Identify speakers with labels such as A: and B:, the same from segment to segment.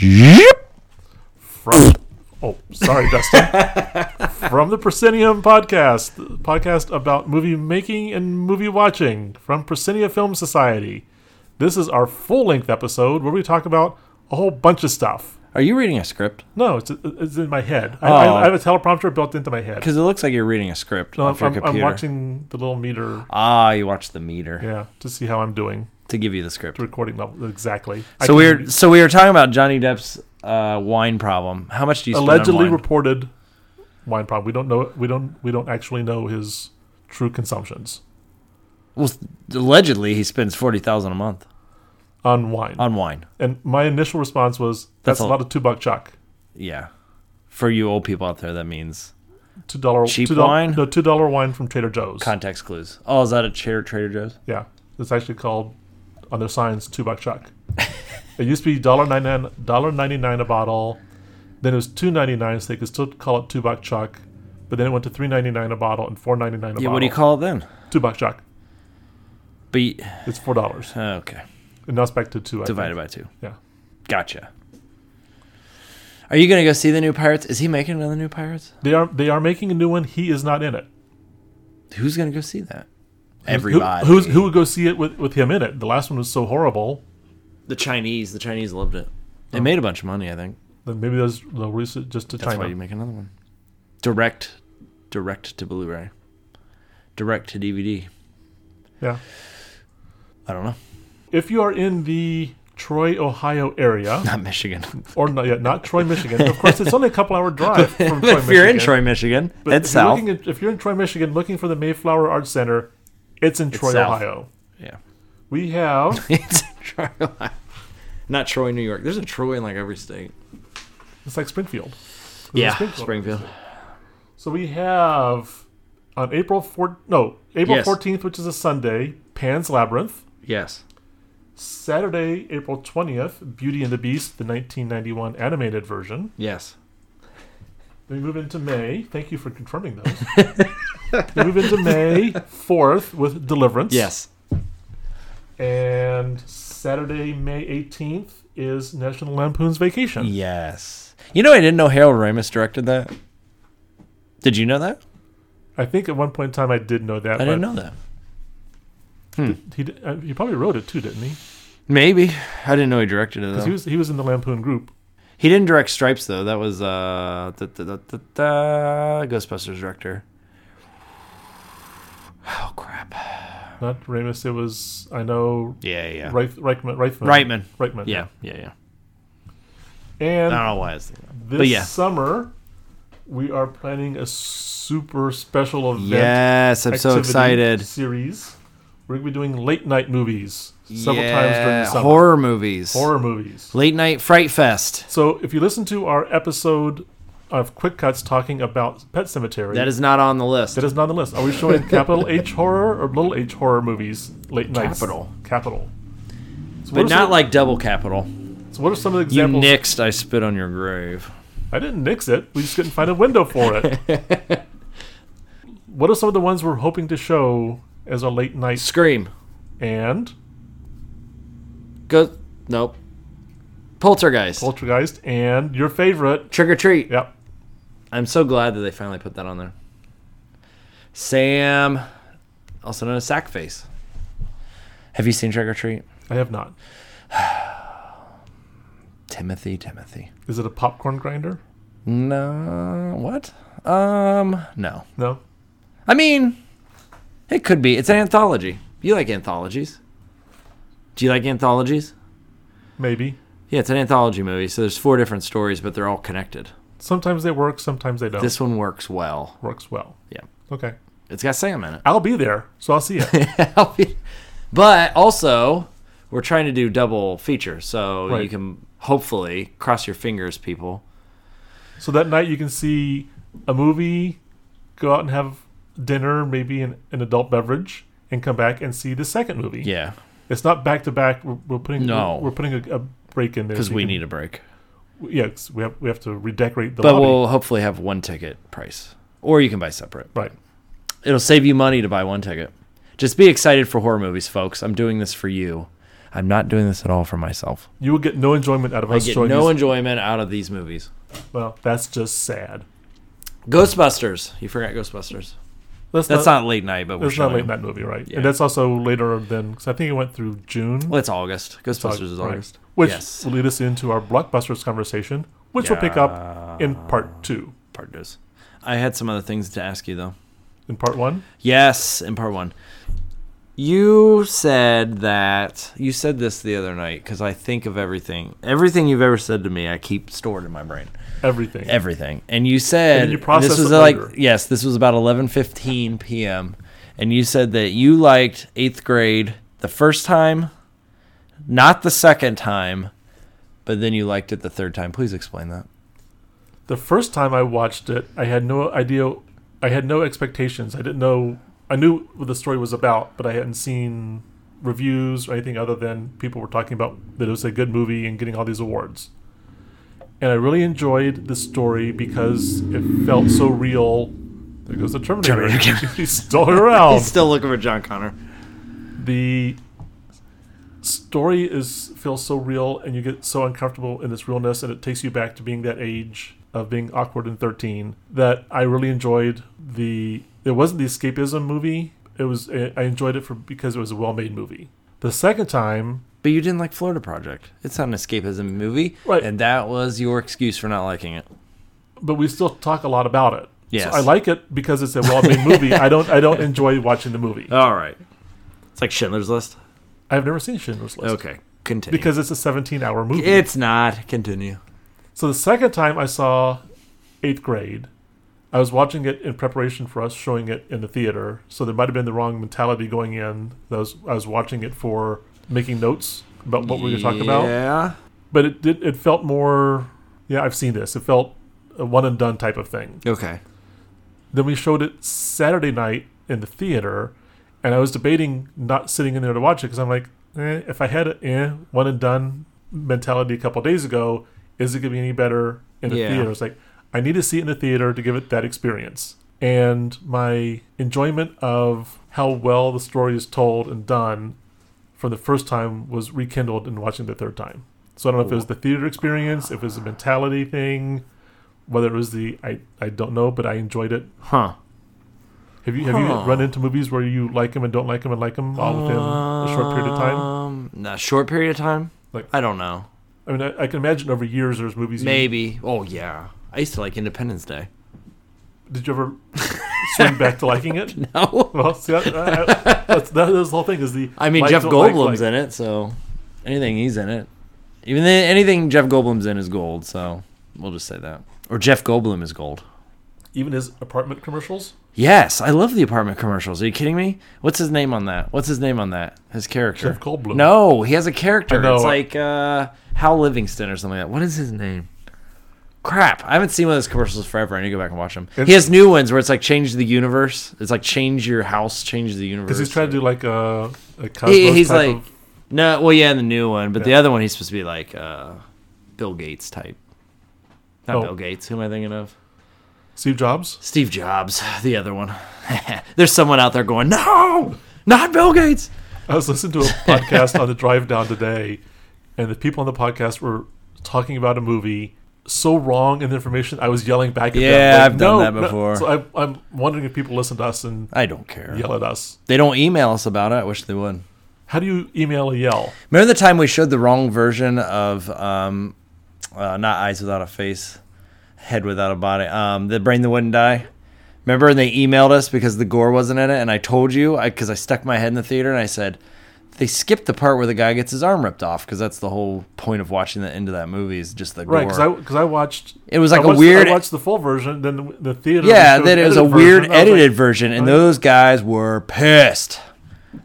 A: Yep. From oh, sorry, Dustin. from the Proscenium podcast, the podcast about movie making and movie watching from Proscenia Film Society. This is our full length episode where we talk about a whole bunch of stuff.
B: Are you reading a script?
A: No, it's, it's in my head. I, I-
B: Oh.
A: I have a teleprompter built into my head.
B: Because it looks like you're reading a script
A: No,
B: off your
A: I'm, I'm
B: computer.
A: watching the little meter,
B: Ah, you watch the meter
A: yeah, to see how I'm doing.
B: to give you the script.
A: Recording level exactly. I
B: So
A: can-
B: we're so we were talking about Johnny Depp's uh, wine problem. How much do you spend
A: allegedly
B: on wine?
A: reported wine problem. We don't know. We don't. We don't actually know his true consumptions
B: well, allegedly he spends forty thousand a month
A: on wine.
B: on wine.
A: and my initial response was, "That's,
B: That's
A: a
B: a-
A: lot of two buck chuck,
B: Yeah, for you old people out there, that means
A: two dollar
B: Cheap
A: two dollar-
B: wine?
A: No, two dollar wine from Trader Joe's.
B: context clues. Oh, is that a Trader Trader Joe's?
A: yeah, it's actually called on their signs two buck chuck. it used to be dollar ninety nine dollar ninety nine a bottle. Then it was two ninety nine, so they could still call it two buck chuck. But then it went to three ninety nine a bottle and four ninety nine a
B: Yeah.
A: bottle.
B: What do you call it then?
A: two buck chuck?
B: But you-
A: It's four dollars,
B: okay,
A: and now it's back to two. I
B: divided
A: think.
B: by two.
A: Yeah.
B: Gotcha. Are you gonna go see the new Pirates? Is he making another new Pirates?
A: They are they are making a new one. He is not in it.
B: Who's gonna go see that?
A: Who-
B: Everybody.
A: who's who would go see it with, with him in it? The last one was so horrible.
B: The Chinese. The Chinese loved it. They made a bunch of money, I think.
A: Then maybe there's they'll release it just to
B: That's why
A: China.
B: you make another one. Direct, direct to Blu-ray, direct to DVD.
A: yeah.
B: I don't know.
A: If you are in the Troy, Ohio area,
B: Not Michigan.
A: or not yet, not Troy, Michigan. Of course, it's only a couple hour drive from Troy,
B: if you're
A: Michigan.
B: in Troy, Michigan,
A: But
B: it's
A: if you're
B: south.
A: looking at- if you're in Troy, Michigan, looking for the Mayflower Arts Center, it's in Troy,
B: south.
A: Ohio.
B: yeah,
A: We have
B: it's in Troy. Ohio. Not Troy, New York. There's a Troy in like every state.
A: it's like Springfield. It's in
B: Yeah,
A: Springfield.
B: Springfield.
A: So we have on April four no April
B: Yes.
A: fourteenth, which is a Sunday, Pan's Labyrinth.
B: Yes.
A: Saturday, April 20th, Beauty and the Beast, the 1991 animated version.
B: Yes.
A: Then we move into May. Thank you for confirming those. we move into May 4th with Deliverance.
B: Yes.
A: And Saturday, May 18th is National Lampoon's Vacation.
B: Yes. You know, I didn't know Harold Ramis directed that. Did you know that?
A: I think at one point in time I did know that.
B: I didn't know that.
A: He, di- uh, he probably wrote it too, didn't he?
B: Maybe I didn't know he directed it.
A: 'Cause
B: Though.
A: he was, he was in the Lampoon group.
B: He didn't direct Stripes though. That was uh da, da, da, da, da, Ghostbusters director. Oh crap.
A: Not Ramus. It was, I know,
B: Yeah, yeah.
A: Reif, Reichman, Reifman.
B: Reitman.
A: Reichman.
B: Yeah, Um, yeah, yeah. I
A: And
B: don't know why I was thinking. That.
A: this
B: But yeah.
A: summer we are planning a super special event
B: Yes, I'm so
A: activity
B: excited.
A: series we're going to be doing late night movies several times during the
B: Yeah,
A: summer
B: Horror movies.
A: Horror movies
B: Late night fright fest.
A: so if you listen to our episode of quick cuts talking about pet cemetery
B: That is not on the list.
A: that is not on the list are we showing capital h horror or little h horror movies late night
B: Capital.
A: capital so what
B: but
A: are
B: not
A: some,
B: like double capital.
A: so what are some of the
B: You
A: examples
B: nixed I spit on your grave.
A: I didn't nix it. We just couldn't find a window for it. what are some of the ones we're hoping to show as a late night
B: Scream.
A: and
B: Go nope. Poltergeist.
A: Poltergeist and your favorite?
B: Trick or treat.
A: Yep.
B: I'm so glad that they finally put that on there. Sam, also known as Sackface. Have you seen Trick or Treat?
A: I have not.
B: Timothy, Timothy.
A: Is it a popcorn grinder?
B: No, what? Um, no.
A: No.
B: I mean, it could be. It's an anthology. You like anthologies? Do you like anthologies?
A: Maybe.
B: Yeah, it's an anthology movie. So there's four different stories, but they're all connected.
A: Sometimes they work, sometimes they don't.
B: This one works well.
A: works well.
B: Yeah.
A: Okay.
B: It's got Sam in it.
A: I'll be there, so I'll see it.
B: I'll be- but also, we're trying to do double feature, so you
A: Right.
B: can hopefully cross your fingers, people.
A: so that night you can see a movie, go out and have dinner, maybe an, an adult beverage, and come back and see the second movie.
B: Yeah,
A: It's not back to back. We're we're putting
B: No.
A: we're, we're putting a, a break in there
B: because
A: so you
B: we
A: can-
B: need a break.
A: yeah 'cause we have we have to redecorate the
B: But
A: lobby.
B: we'll hopefully have one ticket price, or you can buy separate.
A: right.
B: It'll save you money to buy one ticket. Just be excited for horror movies, folks. I'm doing this for you.
C: I'm not doing this at all for myself.
A: You will get no enjoyment out of
B: I
A: us
B: get
A: showing
B: no
A: you-
B: enjoyment out of these movies.
A: Well, that's just sad.
B: Ghostbusters. You forgot Ghostbusters. That's not late night, but we're
A: It's not
B: showing.
A: late
B: them.
A: night movie, right?
B: Yeah.
A: And that's also later than because I think it went through June.
B: Well, it's August. Ghostbusters is
A: Right.
B: August.
A: which
B: yes.
A: will lead us into our blockbusters conversation, which we'll pick up in part two.
B: part does. I had some other things to ask you though.
A: In part one,
B: Yes, in part one. You said that you said this the other night because I think of everything, everything you've ever said to me. I keep stored in my brain,
A: everything.
B: everything. And you said
A: And you process
B: this was
A: it
B: like
A: later.
B: yes, this was about eleven fifteen p.m. And you said that you liked eighth grade the first time, not the second time, but then you liked it the third time. Please explain that.
A: the first time I watched it, I had no idea. I had no expectations. I didn't know. I knew what the story was about, but I hadn't seen reviews or anything other than people were talking about that it was a good movie and getting all these awards. And I really enjoyed the story because it felt so real. There goes the Terminator. He's still around.
B: He's still looking for John Connor.
A: the story is feels so real and you get so uncomfortable in this realness and it takes you back to being that age of being awkward in 13 that i really enjoyed the it wasn't the escapism movie it was i enjoyed it for because it was a well-made movie the second time
B: But you didn't like Florida Project. It's not an escapism movie,
A: Right.
B: and that was your excuse for not liking it.
A: but we still talk a lot about it
B: Yes.
A: so i like it because it's a well-made movie i don't i don't enjoy watching the movie
B: All right, it's like Schindler's List.
A: i've never seen schindler's list
B: Okay, continue.
A: because it's a 17 hour movie
B: it's not. Continue.
A: So the second time I saw eighth grade, I was watching it in preparation for us showing it in the theater. So there might have been the wrong mentality going in. I was, I was watching it for making notes about what we were talking about.
B: Yeah.
A: But it did, it felt more, yeah, I've seen this. It felt a one and done type of thing.
B: Okay.
A: Then we showed it Saturday night in the theater, and I was debating not sitting in there to watch it because I'm like, eh, if I had a eh, one and done mentality a couple days ago, is it going to be any better in the
B: Yeah.
A: theater? It's like I need to see it in the theater to give it that experience. And my enjoyment of how well the story is told and done from the first time was rekindled in watching the third time. So I don't know if it was the theater experience, if it was a mentality thing, whether it was the I, I don't know, but I enjoyed it
B: Huh.
A: have you have
B: Huh.
A: you run into movies where you like them and don't like them and like them all within a short period of time?
B: Um, no, short period of time.
A: Like-
B: I don't know.
A: I mean, I, I can imagine over years there's movies. you-
B: Maybe. Oh yeah. I used to like Independence Day.
A: did you ever swing back to liking it?
B: No.
A: Well, see, that, that, that's, that is the whole thing. Is the
B: I mean,
A: like,
B: Jeff
A: don't like,
B: Goldblum's
A: like.
B: in it, so anything he's in it, even th- anything Jeff Goldblum's in is gold. So we'll just say that. Or Jeff Goldblum is gold.
A: even his apartment commercials.
B: Yes, I love the apartment commercials. Are you kidding me? What's his name on that? What's his name on that? His character.
A: Jeff Goldblum.
B: No, he has a character.
A: I know.
B: It's like uh, Hal Livingston or something like that. What is his name? Crap, I haven't seen one of those commercials forever. I need to go back and watch them. he has new ones where it's like change the universe. It's like change your house, change the universe.
A: Because he's trying to do like a, a Cosmos
B: He- he's
A: type
B: like,
A: of,
B: no, well, yeah, in the new one, but the
A: Yeah.
B: other one he's supposed to be like uh, Bill Gates type. Not
A: Oh.
B: Bill Gates. Who am I thinking of?
A: Steve Jobs.
B: Steve Jobs, the other one. There's someone out there going, no, not Bill Gates.
A: I was listening to a podcast on the drive down today, and the people on the podcast were talking about a movie so wrong in the information. I was yelling back at
B: Yeah,
A: them.
B: I've done that before.
A: So I, I'm wondering if people listen to us and
B: I don't care.
A: yell at us.
B: They don't email us about it. I wish they would.
A: How do you email a yell?
B: Remember the time we showed the wrong version of um, uh, not eyes without a face, head without a body, um, the brain that wouldn't die. Remember, and they emailed us because the gore wasn't in it, and I told you I because I stuck my head in the theater and I said they skipped the part where the guy gets his arm ripped off because that's the whole point of watching the end of that movie is just the gore.
A: Right, because I because I watched.
B: It was like
A: I
B: a
A: watched,
B: weird-
A: I watched the full version, then the, the theater.
B: yeah,
A: showed
B: then
A: the
B: it was a
A: edited
B: weird
A: version. I was like,
B: edited version, and
A: I was-
B: those guys were pissed.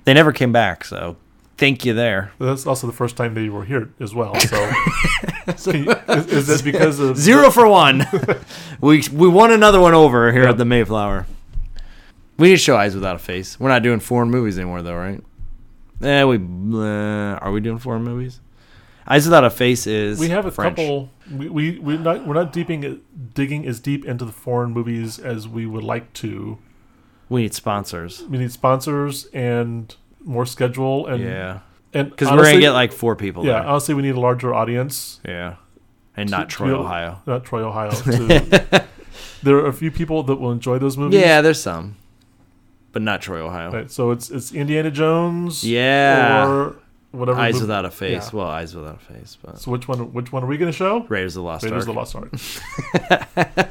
B: They never came back, so thank you there.
A: That's also the first time they were here as well. So, Can you- is, is that because of
B: Zero for one. we we won another one over here at the Mayflower. We need to show Eyes Without a Face. We're not doing foreign movies anymore, though, right? Eh, we uh, are we doing foreign movies? Eyes Without a Face is
A: We have a
B: French.
A: couple. We we we're not we're not deeping digging as deep into the foreign movies as we would like to.
B: We need sponsors.
A: We need sponsors and more schedule and
B: Yeah,
A: And
B: because we're gonna
A: honestly-
B: get like four people.
A: yeah,
B: Yeah,
A: honestly, we need a larger audience.
B: there. yeah, and
A: to-
B: not
A: to
B: Troy,
A: be able-
B: Ohio.
A: Not Troy, Ohio. to- there are a few people that will enjoy those movies.
B: Yeah, there's some, but not Troy, Ohio.
A: Right, so it's it's Indiana Jones.
B: Yeah.
A: Or whatever.
B: Eyes
A: movie-
B: without a face.
A: yeah.
B: Well, eyes without a face, but
A: So which one? Which one are we going to show?
B: Raiders of the Lost
A: Raiders of the
B: Ark.
A: Lost Ark.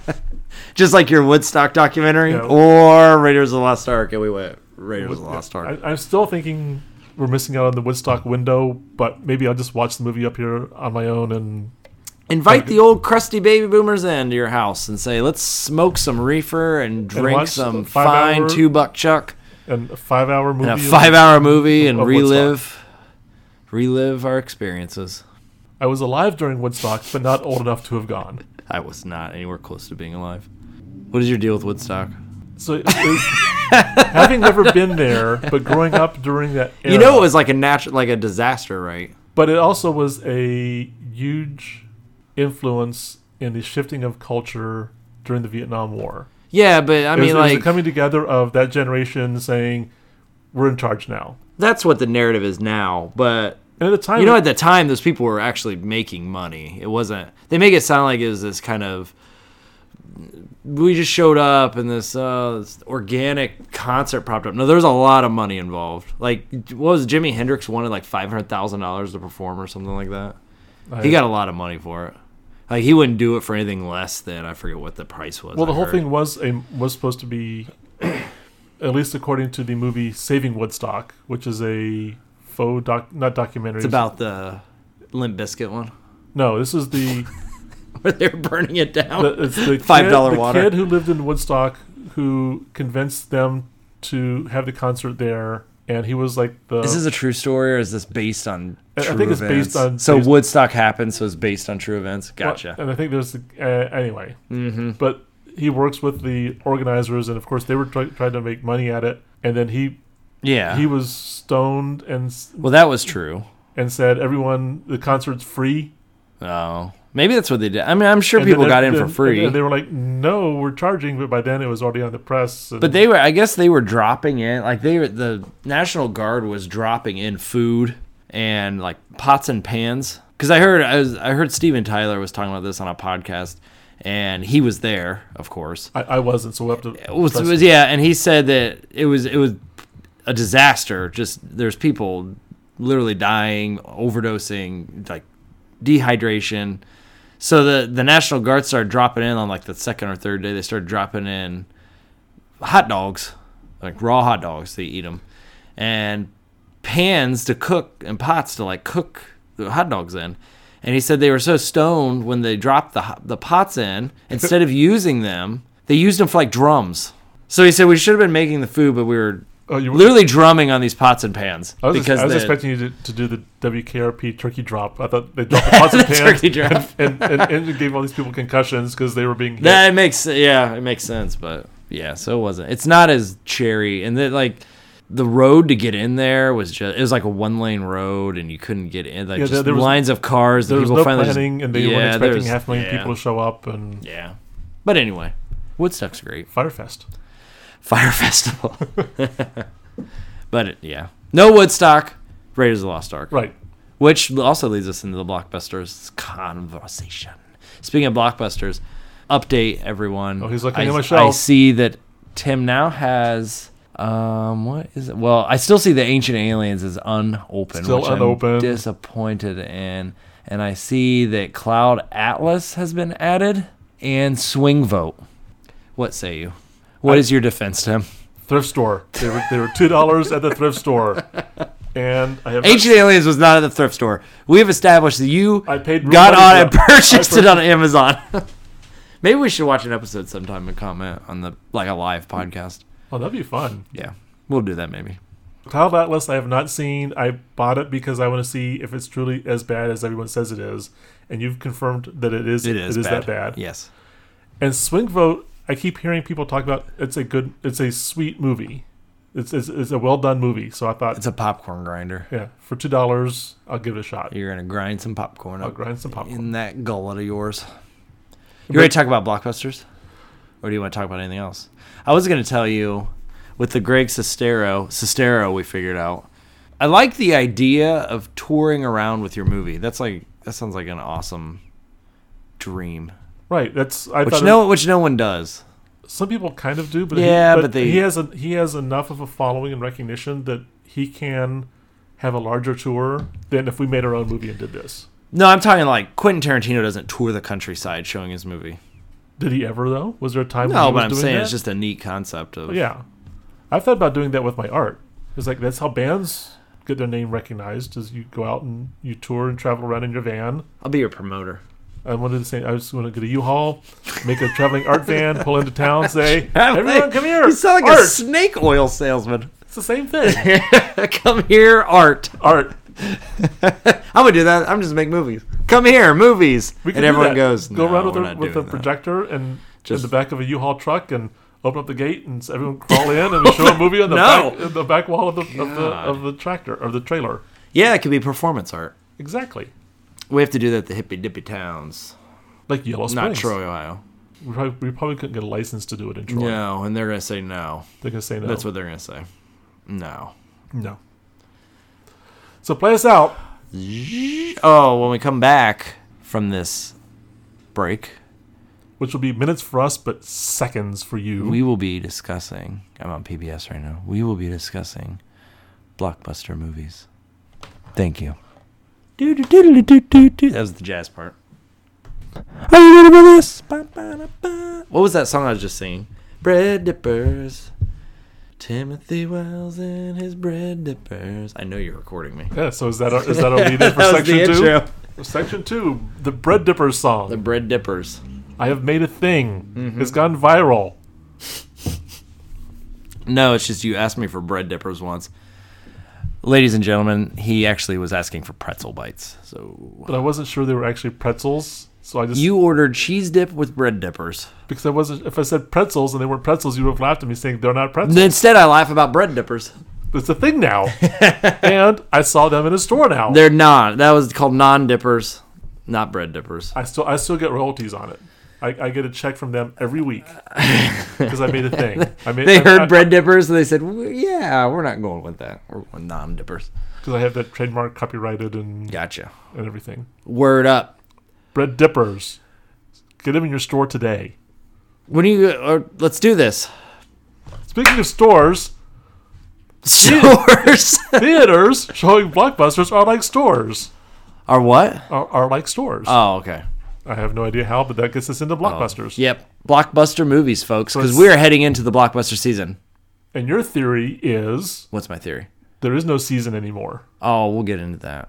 B: Just like your Woodstock documentary
A: Yeah.
B: or Raiders of the Lost Ark, and we went Raiders of the Lost Ark.
A: I, I'm still thinking we're missing out on the Woodstock window, but maybe I'll just watch the movie up here on my own and
B: Invite the old crusty baby boomers into your house and say, "Let's smoke some reefer and drink
A: watch
B: some
A: the five
B: fine
A: hour
B: two buck chuck
A: and a five hour movie.
B: and a five hour movie and
A: of Woodstock.
B: relive, relive our experiences."
A: I was alive during Woodstock, but not old enough to have gone.
B: I was not anywhere close to being alive. What is your deal with Woodstock?
A: So it was, having never been there, but growing up during that era,
B: You know, it was like a natural, like a disaster, right?
A: but it also was a huge influence in the shifting of culture during the Vietnam War.
B: Yeah, but I
A: It was,
B: mean,
A: it was the
B: like
A: coming together of that generation saying, "We're in charge now."
B: that's what the narrative is now. But
A: And at the time,
B: you know, at the time, those people were actually making money. It wasn't. They make it sound like it was this kind of. We just showed up and this, uh, this organic concert popped up. No, there's a lot of money involved. Like, what was it, Jimi Hendrix wanted like five hundred thousand dollars to perform or something like that.
A: I-
B: He got a lot of money for it. Like he wouldn't do it for anything less than I forget what the price was.
A: Well, the
B: I
A: whole
B: heard.
A: thing was a was supposed to be, at least according to the movie Saving Woodstock, which is a faux doc, not documentary.
B: It's about the Limp Biscuit one
A: no. This is the,
B: where they're burning it down.
A: the it's the
B: Five
A: kid-
B: dollar
A: the
B: water.
A: kid who lived in Woodstock who convinced them to have the concert there, and he was like the
B: Is this a true story or is this based
A: Oh.
B: on?
A: I- I
B: True
A: think it's based
B: events?
A: on-
B: So
A: based-
B: Woodstock happened, so it's based on true events.
A: Well,
B: Gotcha.
A: And I think there's the, uh, anyway,
B: Hmm.
A: mm-hmm. but he works with the organizers, and of course they were try- trying to make money at it, and then he
B: yeah.
A: he was stoned and s-
B: well, that was true.
A: and said everyone the concert's free
B: Oh, maybe that's what they did. I mean, I'm sure
A: And
B: people
A: then-
B: got in
A: then-
B: for free,
A: And they were like, "No, we're charging," but by then it was already on the press. and-
B: but they were. I guess they were dropping in. Like they, were, the National Guard was dropping in food and like pots and pans. Because I heard, I, was, I heard Steven Tyler was talking about this on a podcast, and he was there, of course.
A: I, I wasn't, so we have to.
B: It was, it
A: press-
B: was- yeah, and he said that it was it was a disaster. Just there's people literally dying, overdosing, like dehydration. So the the National Guard started dropping in on like the second or third day. They started dropping in hot dogs, like raw hot dogs. They eat them, and pans to cook and pots to like cook the hot dogs in. And he said they were so stoned when they dropped the ho- the pots in, instead of using them, they used them for like drums. So he said we should have been making the food, but we were
A: Oh, you-
B: literally drumming on these pots and pans
A: I was,
B: because
A: I was
B: the-
A: expecting you to, to do the WKRP turkey drop. I thought they dropped the pots and
B: The turkey
A: pans
B: drop.
A: and, and, and it gave all these people concussions because they were being hit.
B: That makes yeah, it makes sense, but yeah, so it wasn't. It's not as cherry, and then like the road to get in there was just it was like a one lane road, and you couldn't get in. Like
A: Yeah,
B: just
A: there- there was-
B: lines of cars.
A: there
B: and
A: was
B: people
A: no
B: finally just-
A: planning, and they
B: Yeah,
A: weren't
B: there
A: expecting
B: was-
A: half a million
B: yeah,
A: people to show up. And
B: Yeah, but anyway, Woodstock's great
A: Firefest.
B: fire festival. but it, yeah, no Woodstock. Raiders of the Lost Ark.
A: Right.
B: Which also leads us into the blockbusters conversation. Speaking of blockbusters, update everyone.
A: Oh, he's looking
B: I,
A: at my shelf.
B: I see that Tim now has um what is it? Well, I still see the Ancient Aliens is unopened.
A: Still
B: which I'm
A: unopened.
B: disappointed in, and I see that Cloud Atlas has been added and Swing Vote. What say you? What is your defense, Tim?
A: Thrift store. They were, they were $2 at the thrift store. And I have.
B: Ancient Aliens was not at the thrift store. We have established that you
A: I paid real
B: got
A: money
B: on
A: for
B: and
A: it. I
B: purchased it on Amazon. Maybe we should watch an episode sometime and comment on the like a live podcast.
A: oh, that'd be fun.
B: Yeah, we'll do that maybe.
A: Cloud Atlas, I have not seen. I bought it because I want to see if it's truly as bad as everyone says it is, and you've confirmed that it is. that bad.
B: Yes.
A: And Swing Vote, I keep hearing people talk about. It's a good. It's a sweet movie. It's it's, it's a well done movie. So I thought,
B: It's a popcorn grinder.
A: yeah, for two dollars, I'll give it a shot.
B: You're gonna grind some popcorn
A: I'll
B: up
A: grind some popcorn.
B: in that gullet of yours. You ready to talk about blockbusters, or do you want to talk about anything else? I was gonna tell you with the Greg Sestero. Sestero, we figured out. I like the idea of touring around with your movie. That's like that sounds like an awesome dream,
A: Right. That's I
B: which
A: thought
B: no which no one does.
A: some people kind of do, but
B: Yeah,
A: he,
B: but they-
A: he has a, he has enough of a following and recognition that he can have a larger tour than if we made our own movie and did this.
B: No, I'm talking like Quentin Tarantino doesn't tour the countryside showing his movie.
A: Did he ever though? Was there a time? when
B: No,
A: he
B: but
A: was
B: I'm
A: doing
B: saying
A: that? Oh,
B: it's just a neat concept of
A: yeah. I've thought about doing that with my art. It's like that's how bands get their name recognized. Is you go out and you tour and travel around in your van.
B: I'll be your promoter.
A: I wanted to say I just want to get a U-Haul, make a traveling art van, pull into town, say,
B: I'm
A: "Everyone,
B: like-
A: come here!
B: You sound like
A: art.
B: a snake oil salesman.
A: it's the same thing.
B: Come here, art.
A: Art.
B: I'm gonna do that. I'm just make movies. Come here, movies.
A: We can
B: and
A: do
B: everyone
A: that.
B: goes.
A: go
B: "No,
A: around with
B: we're
A: a,
B: not
A: with a
B: doing that."
A: projector and
B: Just-
A: in the back of a U-Haul truck and open up the gate and s- everyone crawl in and we show a movie on the
B: No.
A: back in the back wall of the, of the
B: God.
A: of the tractor or the trailer.
B: Yeah, it could be performance art.
A: Exactly.
B: We have to do that at the hippy dippy towns,
A: Like Yellow Springs.
B: not Troy, Ohio.
A: We probably, we probably couldn't get a license to do it in Troy.
B: No, and they're gonna say no.
A: They're gonna say no.
B: That's what they're gonna say. No.
A: no. So play us out.
B: Oh, when we come back from this break,
A: Which will be minutes for us, but seconds for you.
B: we will be discussing. I'm on PBS right now. We will be discussing blockbuster movies. Thank you. Doo doo doo doo doo doo doo. That was the jazz part. Are you ready for this? Ba, ba, da, ba. What was that song I was just singing? Bread dippers. Timothy Wells and his bread dippers. I know you're recording me.
A: yeah, so is that our, is that our lead in for section two? Section two, the bread dippers song.
B: The Mm-hmm. bread dippers.
A: I have made a thing. It's gone viral.
B: No, it's just you asked me for bread dippers once. Ladies and gentlemen, he actually was asking for pretzel bites. So
A: But I wasn't sure they were actually pretzels. So I just
B: you ordered cheese dip with bread dippers.
A: because I wasn't if I said pretzels and they weren't pretzels, you would have laughed at me saying they're not pretzels.
B: Instead, I laugh about bread dippers.
A: It's a thing now. and I saw them in a store now.
B: They're not. That was called non dippers, not bread dippers.
A: I still I still get royalties on it. I, I get a check from them every week because I made a thing. I made
B: They heard
A: I,
B: bread dippers and they said, "W- "Yeah, we're not going with that. We're going non dippers."
A: because I have that trademark copyrighted and
B: Gotcha.
A: and everything.
B: Word up.
A: Bread dippers, get them in your store today.
B: When you or, let's do this.
A: Speaking of stores,
B: Stores
A: theaters showing blockbusters are like stores.
B: are what?
A: Are, are like stores.
B: Oh, okay.
A: I have no idea how, but that gets us
B: oh,
A: into blockbusters.
B: Yep. Blockbuster movies, folks, because
A: it's-
B: we're heading into the blockbuster season.
A: And your theory is
B: What's my theory?
A: there is no season anymore.
B: Oh, we'll get into that.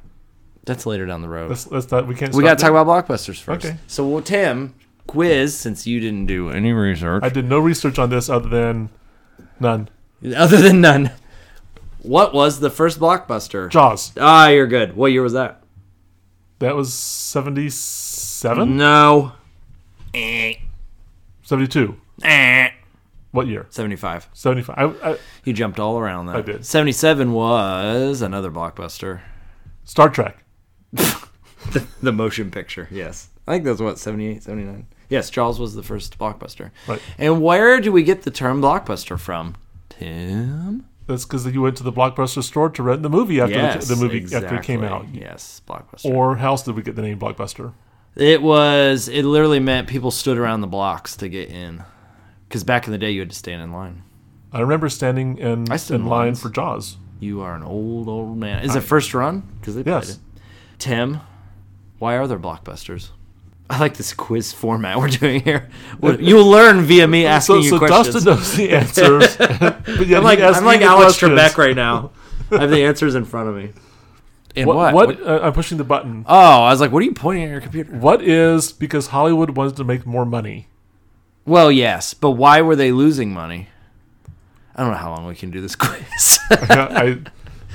B: That's later down the road.
A: That's, that's not, we can't.
B: we got
A: stop
B: to talk
A: there.
B: about blockbusters first.
A: Okay.
B: So, well, Tim, quiz, since you didn't do any research,
A: I did no research on this other than none.
B: other than none, what was the first blockbuster?
A: Jaws.
B: ah, you're good. What year was that?
A: That was 77?
B: No.
A: 72.
B: Eh.
A: What year?
B: 75.
A: 75. I, I,
B: You jumped all around that.
A: I did.
B: 77 was another blockbuster.
A: Star Trek.
B: The motion picture, yes. I think that's what, 78, 79? Yes, Jaws was the first blockbuster.
A: Right.
B: And where do we get the term blockbuster from? Tim?
A: That's because you went to the blockbuster store to rent the movie after the, the movie after it came out.
B: exactly. Yes, blockbuster.
A: Or how else did we get the name blockbuster?
B: It was. It literally meant people stood around the blocks to get in, because back in the day you had to stand in line.
A: I remember standing in,
B: I stood
A: in line
B: once.
A: for Jaws.
B: You are an old old man. Is it first run? Because they
A: Yes.
B: played it. Tim, why are there blockbusters? I like this quiz format we're doing here. What- You'll learn via me asking
A: So,
B: you
A: so
B: questions.
A: Dustin knows the answers. but yet
B: I'm
A: he
B: like
A: asks
B: I'm like
A: me the
B: Alex
A: questions.
B: Trebek right now. I have the answers in front of me. And
A: What?
B: what?
A: what, Uh, I'm pushing the button.
B: Oh, I was like, what are you pointing at your computer?
A: What is because Hollywood wants to make more money?
B: Well, yes, but why were they losing money? I don't know how long we can do this quiz.
A: I,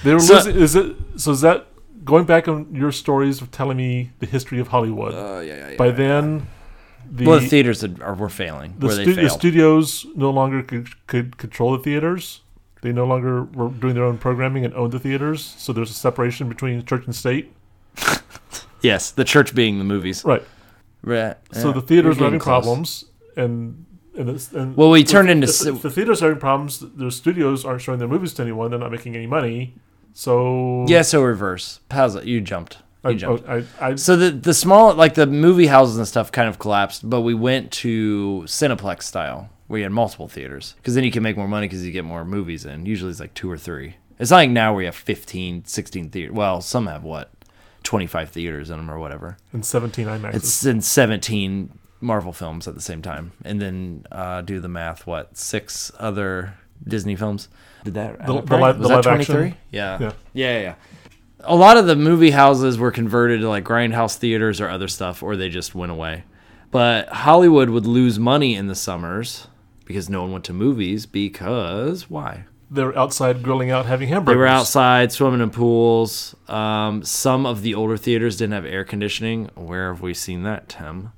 A: they were
B: So-
A: losing. Is it so? Is that going back on your stories of telling me the history of Hollywood?
B: Oh yeah, yeah, yeah.
A: By then, the
B: well, the theaters had- are, were failing.
A: the
B: where they
A: stu- the
B: failed.
A: studios no longer could, could control the theaters. They no longer were doing their own programming and owned the theaters. So there's a separation between church and state.
B: yes, the church being the movies.
A: Right.
B: Right.
A: So the theaters were having problems, and and, it's, and
B: Well, we turned into
A: if,
B: s-
A: if the theaters are having problems, their studios aren't showing their movies to anyone. They're not making any money, So
B: Yeah, so reverse. How's it? You jumped.
A: I,
B: You
A: oh,
B: jumped.
A: I, I, I,
B: So the the small like the movie houses and stuff kind of collapsed, but we went to Cineplex style where you had multiple theaters because then you can make more money because you get more movies in. Usually it's like two or three. It's not like now where you have 15, 16 theaters. Well, some have what, twenty five theaters in them or whatever.
A: and 17 IMAXs.
B: It's in seventeen Marvel films at the same time, and then uh, do the math. What six other Disney films? Did that
A: The-
B: add up
A: the
B: right?
A: li-
B: was
A: the
B: that
A: live
B: twenty
A: action?
B: three? Yeah.
A: Yeah.
B: yeah, yeah, yeah. A lot of the movie houses were converted to like grindhouse theaters or other stuff, or they just went away. But Hollywood would lose money in the summers because no one went to movies because why?
A: they were outside grilling out having hamburgers.
B: They were outside swimming in pools. Um, some of the older theaters didn't have air conditioning. Where have we seen that, Tim?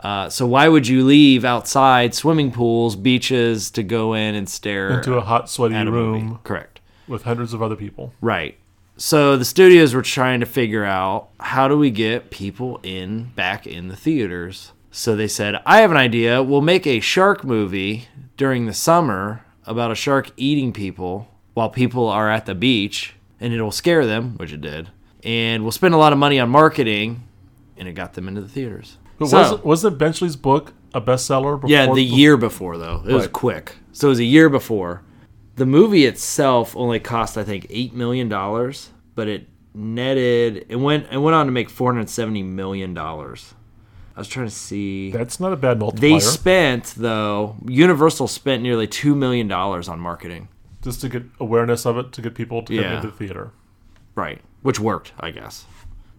B: Uh, so why would you leave outside swimming pools, beaches to go in and stare
A: into a hot, sweaty
B: at a
A: room
B: movie? Correct.
A: with hundreds of other people.
B: Right. So the studios were trying to figure out how do we get people in back in the theaters. So they said, "I have an idea. We'll make a shark movie during the summer about a shark eating people while people are at the beach, and it'll scare them, which it did. And we'll spend a lot of money on marketing, and it got them into the theaters."
A: But
B: So-
A: wasn't, wasn't Benchley's book a bestseller? Before
B: yeah, the year before though. It was
A: Right.
B: quick. So it was a year before. The movie itself only cost I think eight million dollars, but it netted it went it went on to make four hundred seventy million dollars. I was trying to see.
A: That's not a bad multiplier.
B: They spent though Universal spent nearly two million dollars on marketing.
A: just to get awareness of it, to get people to come
B: Yeah.
A: into the theater.
B: Right. Which worked, I guess.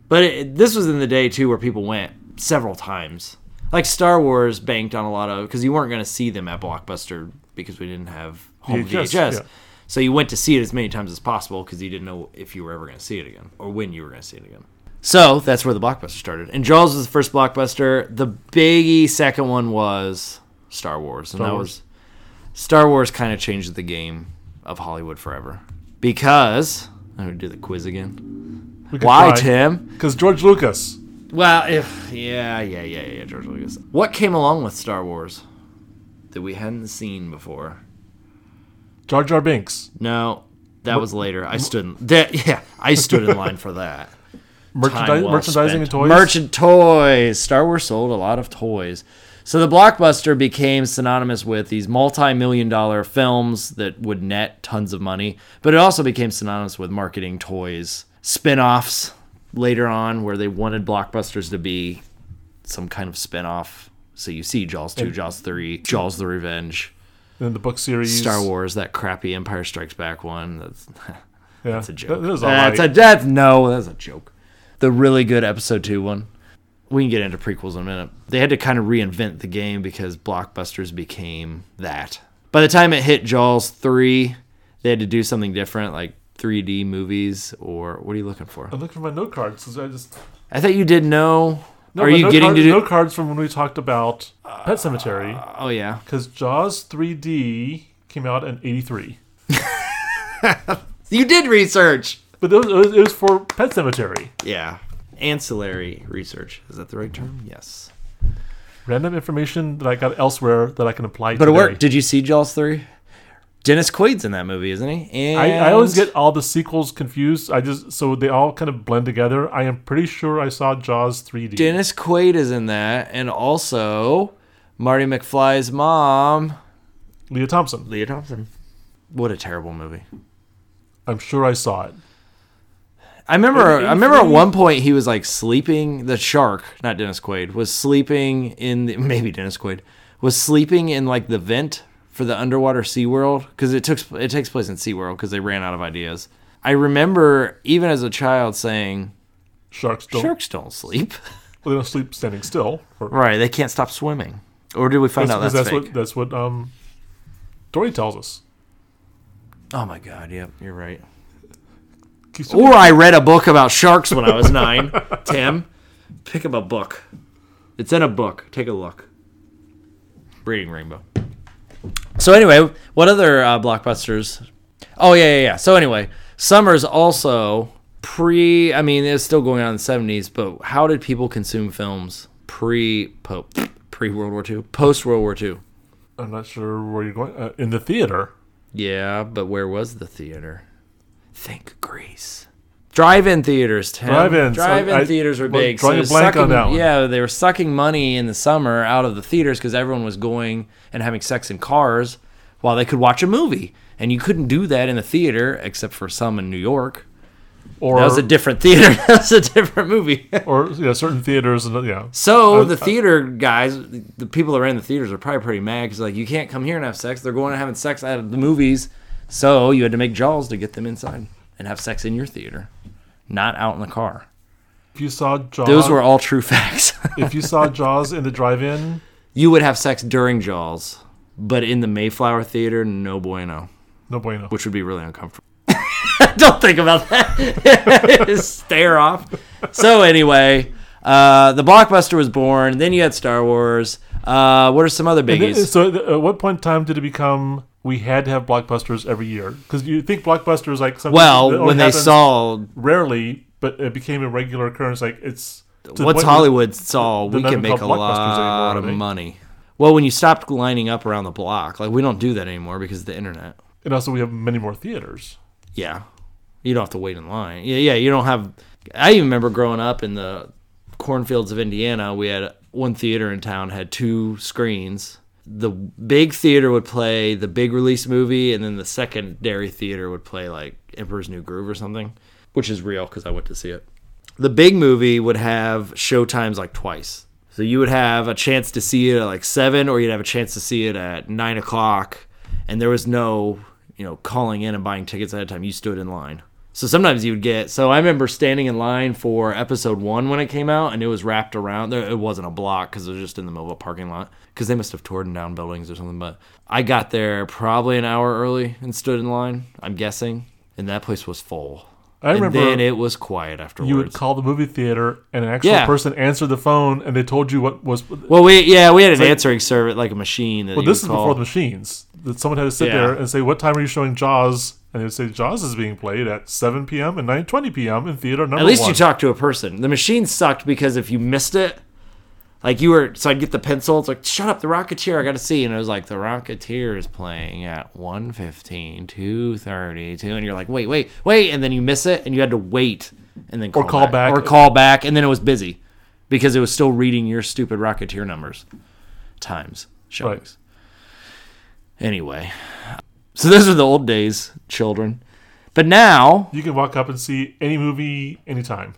B: But it, this was in the day, too, where people went several times. Like Star Wars banked on a lot of, because you weren't going to see them at Blockbuster because we didn't have home
A: VHS,
B: VHS.
A: yeah.
B: So you went to see it as many times as possible because you didn't know if you were ever going to see it again or when you were going to see it again. So that's where the Blockbuster started. And Jaws was the first Blockbuster. The biggie second one was Star Wars. And that
A: Wars.
B: was Star Wars kind of changed the game of Hollywood forever because I'm gonna do the quiz again.
A: We could
B: Why,
A: try.
B: Tim?
A: Because George Lucas.
B: Well, if yeah, yeah, yeah, yeah, George Lucas. What came along with Star Wars that we hadn't seen before?
A: Jar Jar Binks.
B: No, that was later. I stood. In, that, yeah, I stood in line for that.
A: Merchandise,
B: Time well
A: merchandising
B: spent.
A: and toys.
B: Merchant toys. Star Wars sold a lot of toys. So the blockbuster became synonymous with these multi-million dollar films that would net tons of money, but it also became synonymous with marketing toys, spin-offs later on where they wanted blockbusters to be some kind of spin-off. So you see Jaws 2, Jaws 3, Jaws the Revenge,
A: and the book series.
B: Star Wars, that crappy Empire Strikes Back one. That's
A: Yeah.
B: that's a joke.
A: That- that was all
B: that's
A: right.
B: a that's no, that's a joke. The really good episode two one. We can get into prequels in a minute. They had to kind of reinvent the game because blockbusters became that. By the time it hit Jaws three, they had to do something different, like 3D movies or what are you looking for?
A: I looked for my note cards. 'cause I just.
B: I thought you did know.
A: No,
B: are
A: my
B: you
A: note
B: getting
A: cards,
B: to do?
A: note cards from when we talked about Pet Cemetery?
B: oh yeah,
A: Because Jaws 3D came out in '83,
B: you did research.
A: but it was, it was, it was for Pet Cemetery.
B: Yeah, ancillary research. Is that the right term? Yes.
A: Random information that I got elsewhere that I can apply.
B: But it
A: today.
B: worked. Did you see Jaws three? Dennis Quaid's in that movie, isn't he? And
A: I, I always get all the sequels confused. I just so they all kind of blend together. I am pretty sure I saw Jaws 3D.
B: Dennis Quaid is in that, and also Marty McFly's mom,
A: Leah Thompson.
B: Leah Thompson. What a terrible movie!
A: I'm sure I saw it.
B: I remember.
A: Is it
B: I remember at
A: E3?
B: one point he was like sleeping. The shark, not Dennis Quaid, was sleeping in the, maybe Dennis Quaid was sleeping in like the vent for the underwater SeaWorld because it took it takes place in SeaWorld because they ran out of ideas. I remember even as a child saying,
A: Sharks don't.
B: "Sharks don't sleep."
A: They don't sleep standing still. Or,
B: Right, they can't stop swimming. Or did we find out that's,
A: that's
B: fake?
A: what that's what um, Dory tells us.
B: Oh my god, yep, you're right.
A: Keeps-
B: Or I read a book about sharks when I was nine. Tim, pick up a book. It's in a book. Take a look. Reading Rainbow. So anyway, what other uh, blockbusters? Oh yeah, yeah, yeah. So anyway, Summers also pre. I mean, it's still going on in the seventies, but how did people consume films pre po, pre World War II, post World War II?
A: I'm not sure where you're going uh, in the theater.
B: Yeah, but where was the theater? Think Greece. Drive-in theaters, Tim.
A: Drive-ins.
B: Drive-in
A: I- I-
B: theaters were
A: well,
B: big.
A: drawing a
B: it was
A: blank on
B: sucking-
A: that one.
B: Yeah, they were sucking money in the summer out of the theaters because everyone was going and having sex in cars while they could watch a movie, and you couldn't do that in a theater except for some in New York.
A: Or
B: that was a different theater. that was a different movie.
A: or yeah, certain theaters and yeah.
B: So
A: Uh,
B: the
A: uh,
B: theater guys, the people that ran the theaters, are probably pretty mad because like you can't come here and have sex. They're going and having sex out of the movies, so you had to make jaws to get them inside and have sex in your theater, not out in the car.
A: If you saw Jaws,
B: Those were all true facts.
A: if you saw Jaws in the drive-in,
B: you would have sex during jaws, but in the Mayflower Theater, no bueno,
A: no bueno.
B: which would be really uncomfortable. Don't think about that. Just Stare off. So anyway, uh, the blockbuster was born. Then you had Star Wars. Uh, what are some other
A: And
B: biggies?
A: then- so th- at what point in time did it become we had to have blockbusters every year? Because you think blockbusters like something that
B: Well,
A: only
B: when they
A: happens
B: saw
A: rarely, but it became a regular occurrence. Like it's to the
B: what's
A: point-
B: Hollywood saw,
A: they're
B: we
A: not
B: can
A: even
B: make a
A: called blockbusters
B: lot
A: anymore,
B: of
A: are they?
B: money. Well, when you stopped lining up around the block, like we don't do that anymore because of the internet.
A: And also, we have many more theaters.
B: Yeah, you don't have to wait in line. Yeah, yeah, you don't have. I even remember growing up in the cornfields of Indiana. We had one theater in town had two screens. The big theater would play the big release movie, and then the secondary theater would play like Emperor's New Groove or something, which is real because I went to see it. The big movie would have showtimes like twice. So you would have a chance to see it at like seven, or you'd have a chance to see it at nine o'clock. And there was no, you know, calling in and buying tickets ahead of time. You stood in line. So sometimes you would get. So I remember standing in line for episode one when it came out, and it was wrapped around. There, it wasn't a block because it was just in the middle of a parking lot. Because they must have torn down buildings or something. But I got there probably an hour early and stood in line. I'm guessing, and that place was full.
A: I remember
B: And then it was quiet afterwards.
A: you would call the movie theater, and an actual
B: Yeah.
A: person answered the phone, and they told you what was.
B: Well, we yeah we had an
A: like-
B: answering service like a machine. That
A: Well,
B: you
A: this
B: would
A: is
B: call.
A: before the machines. That someone had to sit
B: Yeah.
A: there and say, "What time are you showing Jaws?" And they would say, "Jaws is being played at 7 p.m. and 9:20 p.m. in theater number
B: At least
A: one."
B: you talked to a person. The machine sucked because if you missed it, like you were, so I'd get the pencil. It's like, shut up, The Rocketeer. I got to see, and it was like, The Rocketeer is playing at 1.15, 2.30, 2, and you're like, wait, wait, wait, and then you miss it, and you had to wait, and then call
A: call back.
B: or call back, and then it was busy because it was still reading your stupid Rocketeer numbers, times, showings. Anyway, so those are the old days, children. But now,
A: You can walk up and see any movie anytime.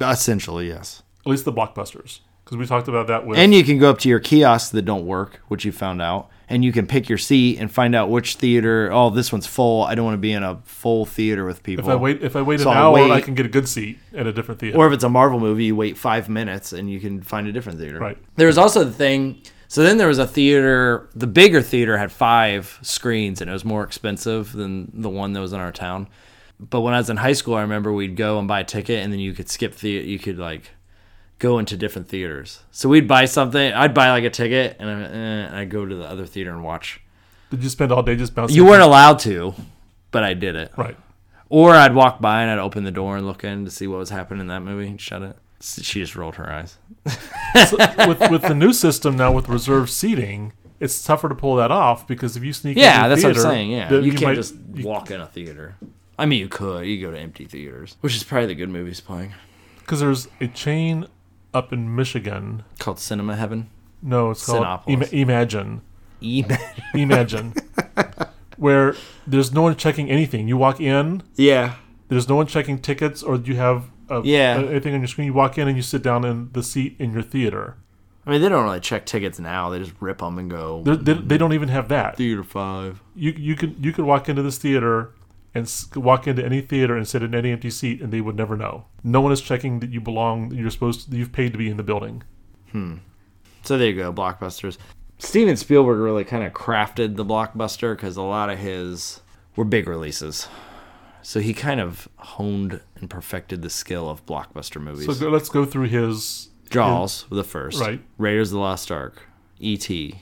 B: essentially, yes.
A: At least the blockbusters, because we talked about that with.
B: And you can go up to your kiosks that don't work, which you found out, and you can pick your seat and find out which theater. Oh, this one's full. I don't want to be in a full theater with people.
A: if I wait, if I wait
B: So
A: an
B: I'll
A: hour, I
B: wait.
A: can get a good seat at a different theater.
B: Or if it's a Marvel movie, you wait five minutes and you can find a different theater.
A: Right.
B: There was also the thing. So then there was a theater. The bigger theater had five screens, and it was more expensive than the one that was in our town. But when I was in high school, I remember we'd go and buy a ticket, and then you could skip the. You could like go into different theaters. So we'd buy something. I'd buy like a ticket, and, I, eh, and I'd go to the other theater and watch.
A: Did you spend all day just bouncing?
B: You weren't allowed to, but I did it.
A: right.
B: Or I'd walk by and I'd open the door and look in to see what was happening in that movie and shut it. S- She just rolled her eyes.
A: with with the new system now with reserved seating, it's tougher to pull that off because if you sneak
B: Yeah,
A: into a
B: that's
A: theater,
B: what I'm saying. Yeah,
A: that
B: you, can't
A: might-
B: just
A: you-
B: walk in a theater. I mean, you could. You go to empty theaters, which is probably the good movies playing
A: because there's a chain up in Michigan.
B: called Cinema Heaven.
A: No, it's called Ima-
B: Cinépolis.
A: Imagine.
B: E-
A: Imagine. Where there's no one checking anything. You walk in,
B: yeah,
A: there's no one checking tickets, or you have a,
B: Yeah.
A: a- anything on your screen. You walk in and you sit down in the seat in your theater.
B: I mean they don't really check tickets now. They just rip them and go
A: They're, they, they don't even have that.
B: theater five.
A: You you could you could walk into this theater and s- walk into any theater and sit in any empty seat, and they would never know. No one is checking that you belong. that You're supposed to, you've paid to be in the building.
B: So there you go, blockbusters. Steven Spielberg really kind of crafted the blockbuster because a lot of his were big releases. So he kind of honed and perfected the skill of blockbuster movies.
A: So go, let's go through his
B: Jaws, the first.
A: Right.
B: Raiders of the Lost Ark. E.T.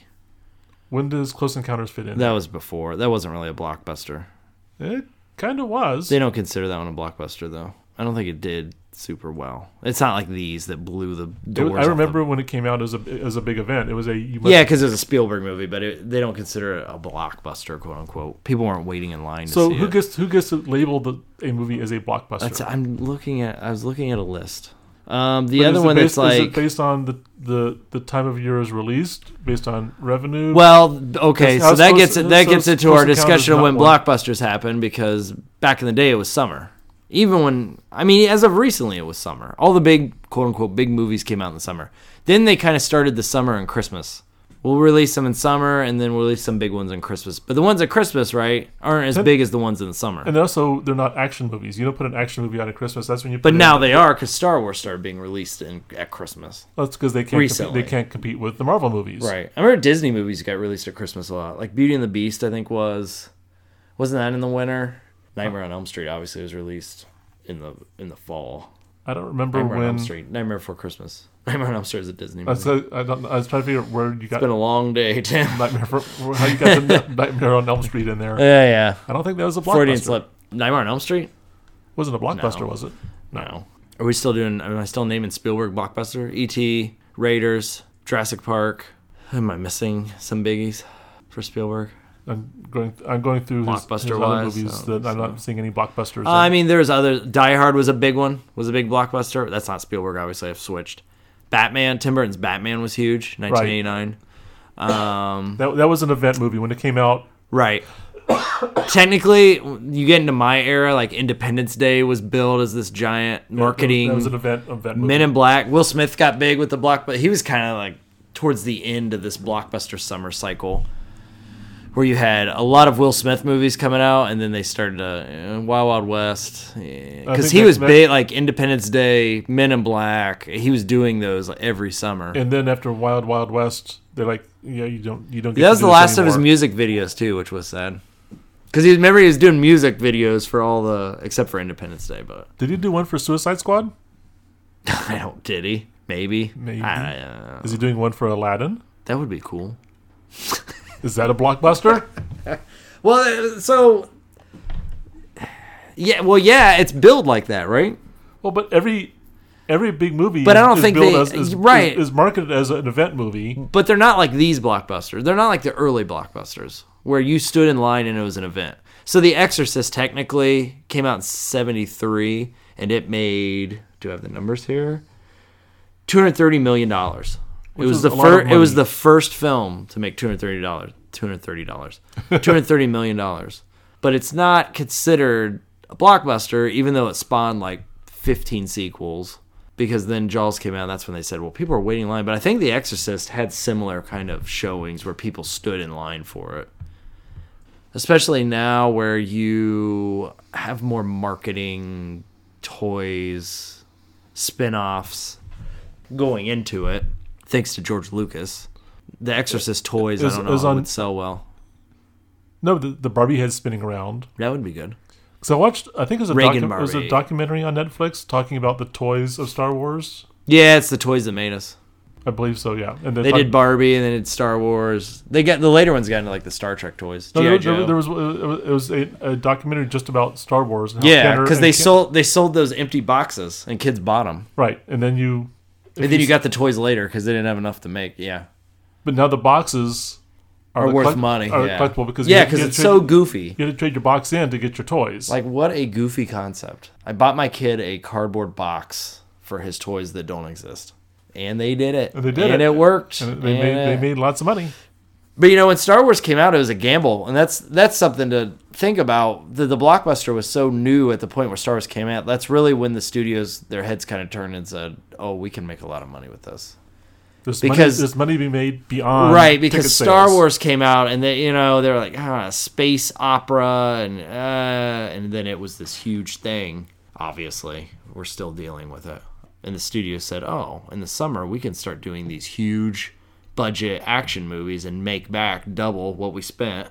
A: When does Close Encounters fit in?
B: That was before. That wasn't really a blockbuster.
A: It kind of was.
B: They don't consider that one a blockbuster, though. I don't think it did super well. It's not like these that blew the
A: It
B: doors.
A: was- I
B: off the-
A: remember when it came out as a as a big event. It was a you must
B: Yeah, because it was a Spielberg movie, but it, they don't consider it a blockbuster, quote unquote. People weren't waiting in line to
A: So
B: see
A: who
B: it.
A: gets who gets to label the, a movie as a blockbuster?
B: That's- I'm looking at. I was looking at a list. Um, the
A: But
B: other
A: is it
B: one
A: based,
B: that's
A: is
B: like,
A: it based on the, the the time of year is released, based on revenue.
B: well, okay,
A: That's how
B: so
A: it's
B: that
A: supposed-
B: gets it. That
A: so
B: gets
A: it's
B: into our
A: supposed to count as
B: discussion of
A: not
B: when
A: one.
B: blockbusters happen because back in the day it was summer. Even when I mean, as of recently, it was summer. All the big quote unquote big movies came out in the summer. Then they kind of started the summer and Christmas. We'll release some in summer, and then we'll release some big ones in Christmas. But the ones at Christmas, right, aren't as big as the ones in the summer.
A: and also they're not action movies. You don't put an action movie out at Christmas. That's when you. Put
B: But
A: in-
B: now they are because Star Wars started being released in, at Christmas.
A: that's because they can't compete,
B: Recently.
A: they can't compete with the Marvel movies.
B: Right. I remember Disney movies got released at Christmas a lot. Like Beauty and the Beast, I think was wasn't that in the winter? Nightmare on Elm Street obviously was released in the in the fall.
A: I don't remember
B: Nightmare on Elm
A: when.
B: Street. Nightmare Before Christmas. Nightmare on Elm Street is a Disney movie.
A: That's I I, don't, I was trying to figure out where you
B: it's
A: got
B: been a long day, Tim.
A: Nightmare for, how you got the Nightmare on Elm Street in there.
B: Yeah, yeah.
A: I don't think that was a blockbuster.
B: Freudian slip. Nightmare on Elm Street?
A: Wasn't a blockbuster,
B: No.
A: was it?
B: No. Are we still doing? Am I still naming Spielberg blockbuster? E.T., Raiders, Jurassic Park. Am I missing some biggies for Spielberg?
A: I'm going. I'm going through his, his other
B: Blockbuster-wise, I
A: movies
B: don't
A: that I'm
B: think
A: not seeing any blockbusters.
B: Uh, I mean, there's other. Die Hard was a big one. Was a big blockbuster. That's not Spielberg, obviously. I've switched. Batman. Tim Burton's Batman was huge. 1989. Um,
A: that that was an event movie when it came out.
B: right. Technically, you get into my era. Like Independence Day was billed as this giant marketing.
A: That was an event event movie.
B: Men in Black. Will Smith got big with the block, but he was kind of like towards the end of this blockbuster summer cycle, where you had a lot of Will Smith movies coming out, and then they started to uh, Wild Wild West
A: I
B: because
A: think
B: he
A: that-
B: was
A: that-
B: big like Independence Day, Men in Black. He was doing those like, every summer.
A: and then after Wild Wild West, they're like, yeah, you don't you don't. Get
B: that
A: to
B: was
A: do
B: the
A: this
B: last of his
A: anymore.
B: music videos too, which was sad. Because he remember he was doing music videos for all the except for Independence Day, but
A: Did he do one for Suicide Squad?
B: I don't did he? Maybe.
A: Maybe.
B: I- I don't know.
A: Is he doing one for Aladdin?
B: that would be cool.
A: Is that a blockbuster?
B: Well, uh, so yeah, well, yeah, it's billed like that, right?
A: well, but every every big movie,
B: But I don't
A: is
B: think
A: billed
B: they-
A: as, is,
B: right.
A: is, is marketed as an event movie.
B: But they're not like these blockbusters. They're not like the early blockbusters where you stood in line and it was an event. So The Exorcist technically came out in '73 and it made. Do I have the numbers here? Two hundred thirty million dollars. It
A: Which
B: was
A: is
B: the
A: a lot of
B: first. It was
A: money.
B: the first film to make two hundred thirty dollars. Two hundred thirty dollars. Two hundred thirty million dollars. But it's not considered a blockbuster, even though it spawned like fifteen sequels. Because then Jaws came out, and that's when they said, "Well, people are waiting in line." But I think The Exorcist had similar kind of showings where people stood in line for it especially now where you have more marketing toys spin-offs going into it thanks to george lucas the exorcist toys
A: Is-
B: i don't know
A: is on-
B: would sell well
A: No, the, the Barbie head spinning around.
B: that would be good
A: So I watched. I think it was a
B: Reagan
A: docu- it was a
B: Barbie.
A: documentary on Netflix talking about the toys of Star Wars.
B: yeah it's the toys that made us
A: I believe so. Yeah, and
B: they
A: talk-
B: did barbie and they did star wars they got the later ones got into like the star trek toys
A: No,
B: G.I.
A: there,
B: Joe.
A: there, there was it was a, a documentary just about Star Wars. And how
B: yeah
A: Kenner-
B: because
A: and
B: they
A: Ken-
B: sold they sold those empty boxes and kids bought them
A: right, and then you,
B: and then you got the toys later because they didn't have enough to make yeah
A: but now the boxes
B: are
A: the
B: worth
A: collect-
B: money
A: Are
B: yeah
A: collectible because
B: yeah
A: you-
B: because
A: you
B: it's
A: trade-
B: so goofy
A: You had to trade your box in to get your toys.
B: Like what a goofy concept. I bought my kid a cardboard box for his toys that don't exist. And they did it.
A: And they did
B: And
A: it.
B: it worked.
A: and they made
B: And-
A: they made lots of money.
B: but you know, when Star Wars came out, it was a gamble, and that's that's something to think about. The, the blockbuster was so new at the point where Star Wars came out. That's really when the studios their heads kind of turned and said, "Oh, we can make a lot of money with this."
A: There's
B: Because-
A: money, there's money to be made beyond
B: right because
A: ticket
B: Star
A: sales.
B: Wars came out and they you know they were like ah space opera and uh, and then it was this huge thing obviously we're still dealing with it and the studio said oh in the summer we can start doing these huge budget action movies and make back double what we spent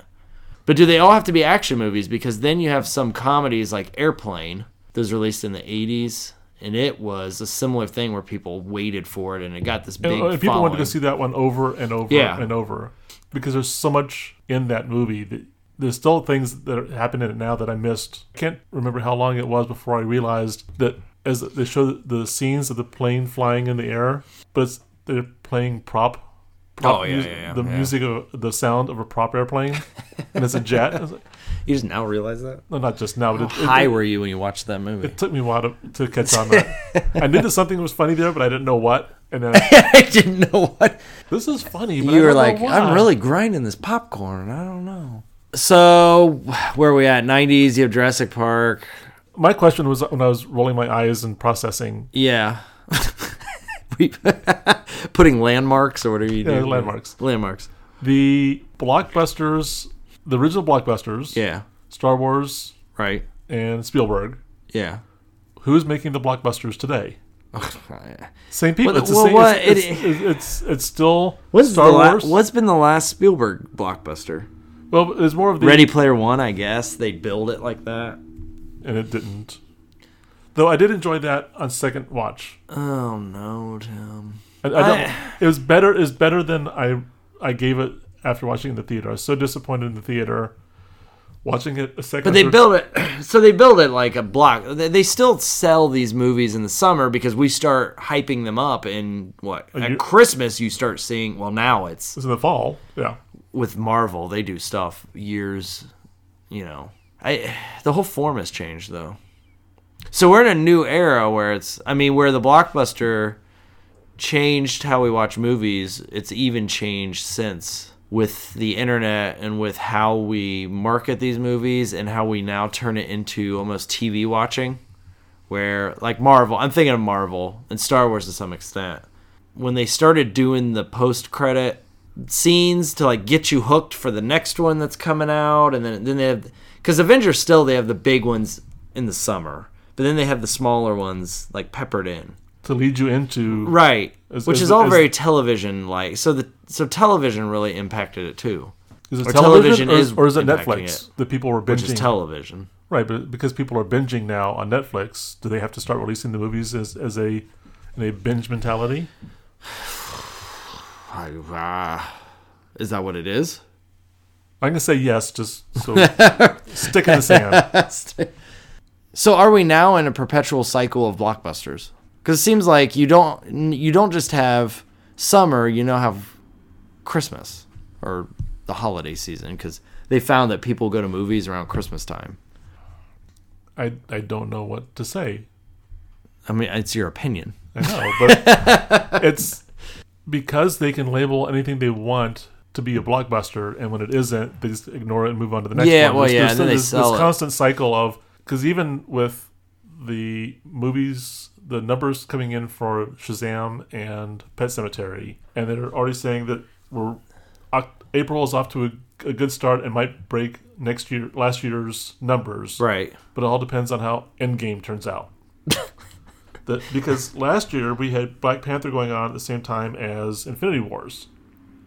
B: but do they all have to be action movies? Because then you have some comedies like Airplane, that was released in the 80s, and it was a similar thing where people waited for it and it got this big.
A: And, and Oh, people wanted to
B: following.
A: see that one over and over
B: Yeah.
A: and over because there's so much in that movie that there's still things that happen in it now that I missed. I can't remember how long it was before I realized that as they show the scenes of the plane flying in the air, but it's, they're playing prop. prop
D: Oh, yeah,
A: mus-
D: yeah, yeah,
A: the
D: yeah.
A: music of the sound of a prop airplane, and it's a jet. I was like,
B: You just now realize that?
A: no, not just now, but
B: How
A: it, it-
B: high were you when you watched that movie?
A: it took me a while to, to catch on. to That. I knew that something was funny there, but I didn't know what. And then I-
B: I didn't know what
A: this is funny. But I
B: you were
A: don't know
B: like. I'm
A: why."
B: really grinding this popcorn. I don't know. So where are we at? 90s. You have Jurassic Park.
A: My question was when I was rolling my eyes and processing
B: Yeah. We- Putting landmarks or whatever you
A: Yeah,
B: do.
A: landmarks.
B: Landmarks.
A: the blockbusters, the original blockbusters,
B: Yeah.
A: Star Wars
B: Right.
A: and Spielberg.
B: Yeah.
A: Who's making the blockbusters today? Same people.
B: Well,
A: it's the
B: well,
A: same.
B: what-
A: it's,
B: it-
A: it's, it's, it's it's still
B: What's
A: Star
B: the la-
A: Wars.
B: What's been the last Spielberg blockbuster?
A: well, it's more of the
B: Ready Player One, I guess. They build it like that.
A: and it didn't. Though I did enjoy that on second watch.
B: Oh no, Tim.
A: I, I don't,
B: I-
A: it was better. Is better than I I gave it after watching it in the theater. I was so disappointed in the theater. Watching it a second.
B: But they
A: or third-
B: build it, so they build it like a block. They they still sell these movies in the summer because we start hyping them up. In what at
A: year-
B: Christmas you start seeing. Well, now it's
A: It was in the fall. Yeah.
B: with Marvel. They do stuff years, you know. I the whole form has changed though. So we're in a new era where it's. I mean, where the blockbuster changed how we watch movies. It's even changed since with the internet and with how we market these movies and how we now turn it into almost TV watching. Where like Marvel, I'm thinking of Marvel and Star Wars to some extent. When they started doing the post credit scenes to like get you hooked for the next one that's coming out, and then then they have because Avengers still they have the big ones in the summer, but then they have the smaller ones like peppered in
A: To lead you into
B: right
A: As-
B: which
A: as-
B: is all
A: as-
B: very television like so the so television really impacted it too
A: Is it
B: Or
A: television,
B: television
A: or,
B: is
A: or is it
B: impacting
A: Netflix
B: it,
A: that people were binging?
B: which is television
A: right, but because people are binging now on Netflix, do they have to start releasing the movies as, as a in a binge mentality?
B: I- ah. is that what it is
A: I'm gonna say yes, just so stick in the sand.
B: so are we now in a perpetual cycle of blockbusters because it seems like you don't you don't just have summer you now have christmas or the holiday season because they found that people go to movies around christmas time
A: I I don't know what to say.
B: i mean it's your opinion
A: I know, but it's because they can label anything they want to be a blockbuster, and when it isn't, they just ignore it and move on to the next
B: Yeah,
A: one.
B: well, yeah, and then they
A: this,
B: sell
A: this
B: it.
A: constant cycle of because even with the movies, the numbers coming in for Shazam and Pet Cemetery, and they're already saying that we're Oc- April is off to a, a good start and might break next year last year's numbers
B: right
A: but it all depends on how Endgame turns out. that, because last year we had Black Panther going on at the same time as Infinity Wars,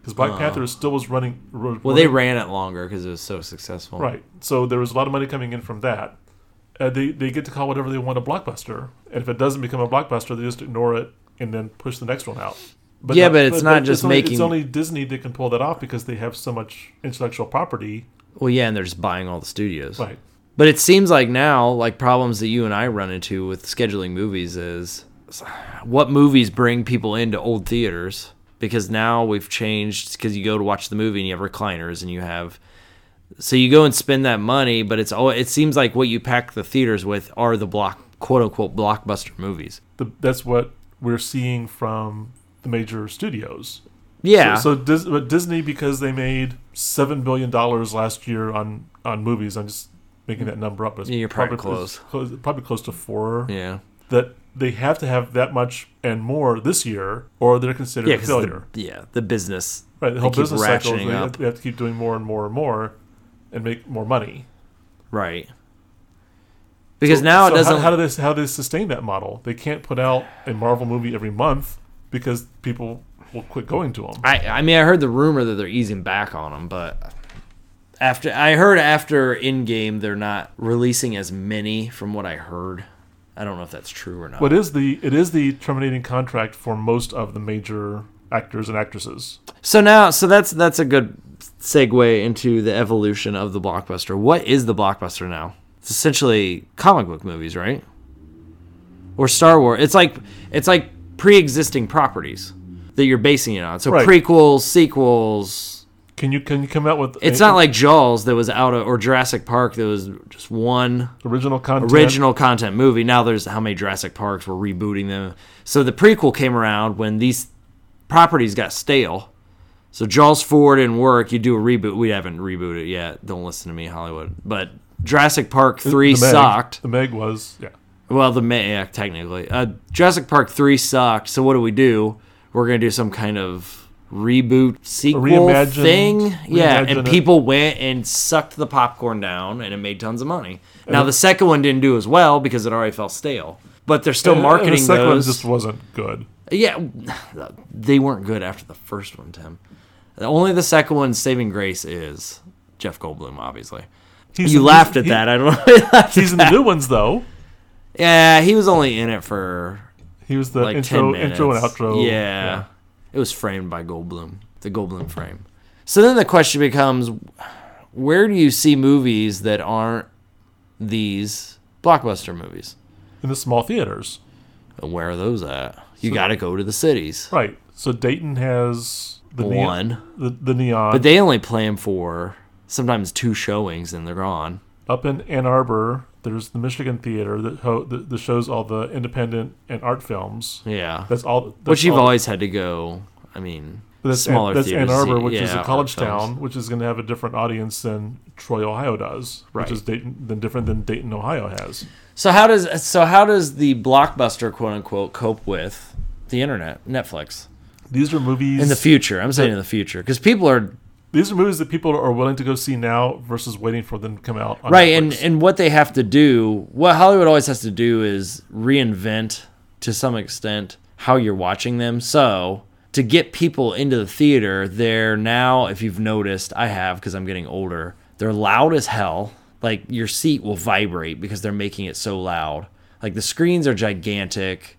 A: because Black Panther still was running. ru-
B: well they
A: running-
B: ran it longer because it was so successful
A: right, so there was a lot of money coming in from that. Uh, they they get to call whatever they want a blockbuster, and if it doesn't become a blockbuster, they just ignore it and then push the next one out. But
B: Yeah, but it's not just
A: only- It's
B: making-
A: only Disney that can pull that off because they have so much intellectual property.
B: Well, yeah, and they're just buying all the studios.
A: Right.
B: But it seems like now, like problems that you and I run into with scheduling movies is what movies bring people into old theaters because now we've changed because you go to watch the movie and you have recliners and you have so you go and spend that money but it's all it seems like what you pack the theaters with are the block quote unquote blockbuster movies
A: The, that's what we're seeing from the major studios.
B: yeah
A: So, so Dis- but Disney, because they made seven billion dollars last year on on movies, I'm just making that number up. But it's
B: Yeah, you're probably close.
A: it's close- probably close to four.
B: yeah
A: That they have to have that much and more this year, or they're considered
B: yeah
A: a
B: 'cause
A: failure.
B: the, yeah the business
A: right, the whole
B: they keep
A: business cycle. is
B: ratcheting
A: They have,
B: up.
A: they have to keep doing more and more and more, and make more money.
B: right because
A: So-
B: now
A: so
B: it doesn't
A: How, how do they how do they sustain that model? They can't put out a Marvel movie every month because people will quit going to them.
B: I I mean I heard the rumor that they're easing back on them, but after I heard after in game they're not releasing as many from what I heard. I don't know if that's true or not.
A: What is the it is the terminating contract for most of the major actors and actresses.
B: So now so that's that's a good segue into the evolution of the blockbuster. What is the blockbuster now? It's essentially comic book movies, right? Or Star Wars. It's like it's like pre-existing properties that you're basing it on. So
A: Right.
B: prequels, sequels.
A: Can you can you come out with
B: It's
A: a-
B: not like Jaws that was out of or Jurassic Park that was just one
A: original content?
B: original content movie. Now there's how many Jurassic Parks were rebooting them. So the prequel came around when these properties got stale. So Jaws 4 didn't work. You do a reboot. We haven't rebooted it yet. Don't listen to me, Hollywood. But Jurassic Park 3
A: The Meg.
B: sucked.
A: The Meg was yeah.
B: Well, the May Act, technically. Uh, Jurassic Park 3 sucked. So what do we do? We're going to do some kind of reboot sequel
A: Reimagined-
B: thing. Yeah.
A: reimagine
B: And
A: it.
B: people went and sucked the popcorn down and it made tons of money. Now, the second one didn't do as well because it already fell stale. But they're still
A: And- and
B: marketing
A: The second
B: those.
A: one just wasn't good.
B: Yeah, they weren't good after the first one, Tim. Only the second one, saving grace, is Jeff Goldblum, obviously.
A: He's
B: You
A: in-
B: laughed at
A: he-
B: that. I don't know.
A: He's in the new ones though.
B: yeah, he was only in it for
A: He was the
B: like
A: intro,
B: 10 minutes.
A: intro and outro.
B: Yeah. It was framed by Goldblum, the Goldblum frame. So then the question becomes where do you see movies that aren't these blockbuster movies?
A: in the small theaters,
B: And where are those at? You got to go to the cities.
A: right? So Dayton has the
B: One.
A: neon, the, the neon.
B: But they only plan for sometimes two showings and they're gone.
A: up in Ann Arbor, there's the Michigan Theater that, ho- that, that shows all the independent and art films.
B: Yeah.
A: That's all. That's
B: Which you've
A: all-
B: always had to go, I mean,
A: that's Ann-
B: smaller
A: That's Ann
B: theaters,
A: Arbor, which is
B: yeah,
A: a college
B: art films.
A: town, which is going to have a different audience than Troy, Ohio does,
B: Right.
A: which is Dayton, than different than Dayton, Ohio has.
B: So how does so how does the blockbuster quote unquote cope with the internet, Netflix?
A: These are movies
B: In the future, I'm saying in the future, because people are
A: These are movies that people are willing to go see now versus waiting for them to come out. On
B: right, and
A: Netflix.
B: and what they have to do, what Hollywood always has to do is reinvent to some extent how you're watching them. So to get people into the theater, they're now, if you've noticed, I have because I'm getting older. They're loud as hell. Like your seat will vibrate because they're making it so loud. Like the screens are gigantic.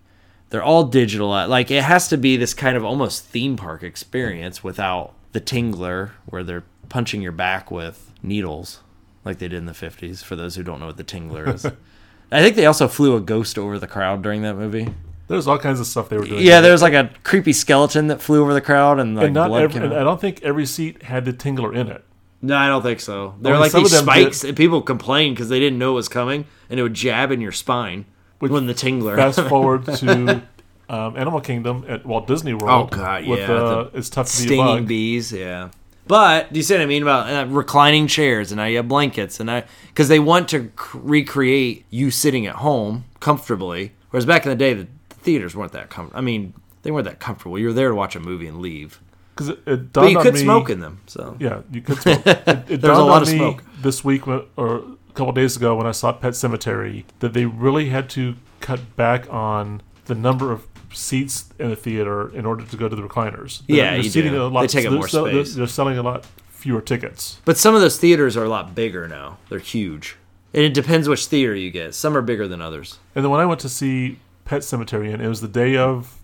B: They're all digital. uh, Like it has to be this kind of almost theme park experience without the tingler where they're punching your back with needles like they did in the 50s for those who don't know what the tingler is. I think they also flew a ghost over the crowd during that movie.
A: there's all kinds of stuff they were doing.
B: Yeah, there was like a creepy skeleton that flew over the crowd and like
A: and not
B: blood
A: every,
B: came
A: and I
B: out.
A: don't think every seat had the tingler in it.
B: No, I don't think so. They're
A: Only
B: like
A: some
B: these
A: of them did.
B: spikes and people complained because they didn't know it was coming and it would jab in your spine
A: Which-
B: when the tingler.
A: Fast forward to um, Animal Kingdom at Walt Disney World.
B: Oh, God,
A: with
B: yeah,
A: the,
B: the
A: it's tough to be a
B: stinging
A: bug.
B: bees. Yeah, but do you see what I mean about uh, reclining chairs and now you have blankets and I because they want to c- recreate you sitting at home comfortably, whereas back in the day the theaters weren't that comfortable. I mean, they weren't that comfortable. You were there to watch a movie and leave,
A: Because it, it
B: but
A: dawned
B: you
A: on
B: could
A: me,
B: smoke in them. So
A: Yeah, you could smoke. It, it dawned
B: a lot
A: on
B: of
A: me
B: smoke.
A: this week when, or a couple days ago when I saw Pet Cemetery that they really had to cut back on the number of seats in the theater in order to go to the recliners. They're,
B: Yeah,
A: they're
B: you
A: seating
B: do.
A: A lot,
B: They take
A: so
B: up
A: they're
B: more
A: sell- they're-
B: space.
A: they're selling a lot fewer tickets.
B: But some of those theaters are a lot bigger now. They're huge. And it depends which theater you get. Some are bigger than others.
A: And then when I went to see Pet Cemetery, and it was the day of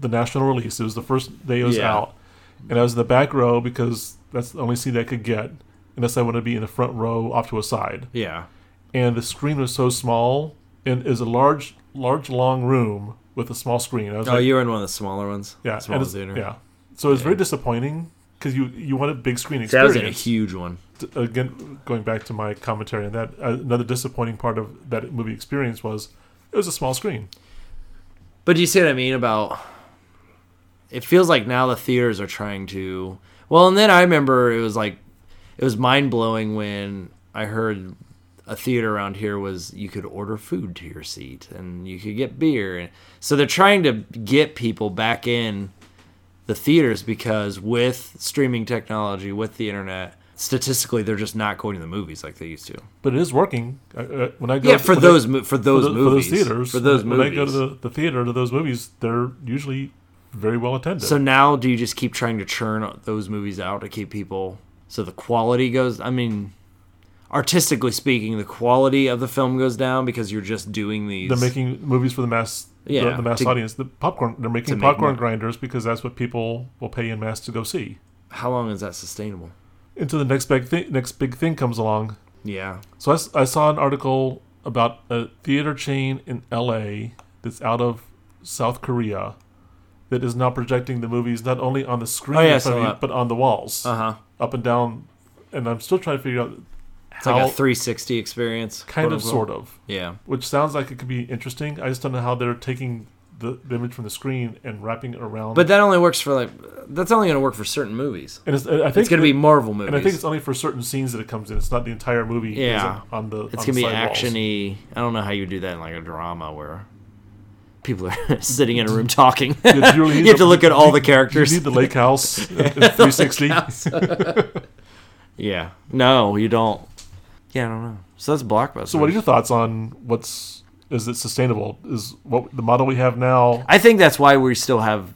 A: the national release, it was the first day it was
B: Yeah.
A: out, and I was in the back row because that's the only seat I could get, unless I wanted to be in the front row off to a side.
B: Yeah.
A: And the screen was so small, and is a large, large, long room with a small screen. I was
B: Oh,
A: like,
B: you were in one of the smaller ones.
A: yeah,
B: smaller
A: and it's-
B: theater.
A: yeah. So it was very disappointing because you you want a big screen
B: See, I was in a
A: experience.
B: huge one.
A: Again, going back to my commentary on that, uh, another disappointing part of that movie experience was it was a small screen.
B: But do you see what I mean about? It feels like now the theaters are trying to. Well, and then I remember it was like, it was mind blowing when I heard a theater around here was you could order food to your seat and you could get beer, and so they're trying to get people back in the theaters because with streaming technology, with the internet, statistically they're just not going to the movies like they used to.
A: but it is working. I- Uh, when I go,
B: Yeah, for
A: when I-
B: those mo- for
A: for
B: those
A: tho- for
B: movies
A: those theaters,
B: for those
A: when
B: movies.
A: I go to the, the theater to those movies, they're usually very well attended.
B: So now, do you just keep trying to churn those movies out to keep people so the quality goes? I mean, artistically speaking, the quality of the film goes down because you're just doing these.
A: they're making movies for the mass, the- the,
B: Yeah,
A: mass
B: to-
A: audience. The popcorn, they're making
B: make
A: popcorn
B: more.
A: grinders because that's what people will pay in mass to go see.
B: how long is that sustainable?
A: until the next big thing next big thing comes along.
B: Yeah.
A: So I, s- I saw an article about a theater chain in L.A. that's out of South Korea that is now projecting the movies not only on the screen
B: Oh, yeah, I
A: in front of
B: saw
A: you,
B: that.
A: but on the walls,
B: Uh huh.
A: up and down. And I'm still trying to figure out
B: It's
A: how
B: like a 360 experience.
A: kind
B: quote
A: of
B: unquote.
A: sort of,
B: Yeah.
A: which sounds like it could be interesting. I just don't know how they're taking the, the image from the screen and wrapping it around.
B: But that only works for like that's only going to work for certain movies.
A: and it's, I think
B: It's going to be Marvel movies.
A: And I think it's only for certain scenes that it comes in. It's not the entire movie. is
B: Yeah.
A: on the
B: It's
A: on
B: gonna
A: the
B: be
A: side walls.
B: actiony. I don't know how you do that in like a drama where people are sitting in a room talking.
A: You really need
B: you have
A: the-
B: to look at all the
A: You
B: characters.
A: need the lake house in 360.
B: yeah. No, you don't. Yeah, I don't know. So that's blockbuster.
A: So, what are your thoughts on what's is it sustainable? Is what the model we have now?
B: I think that's why we still have.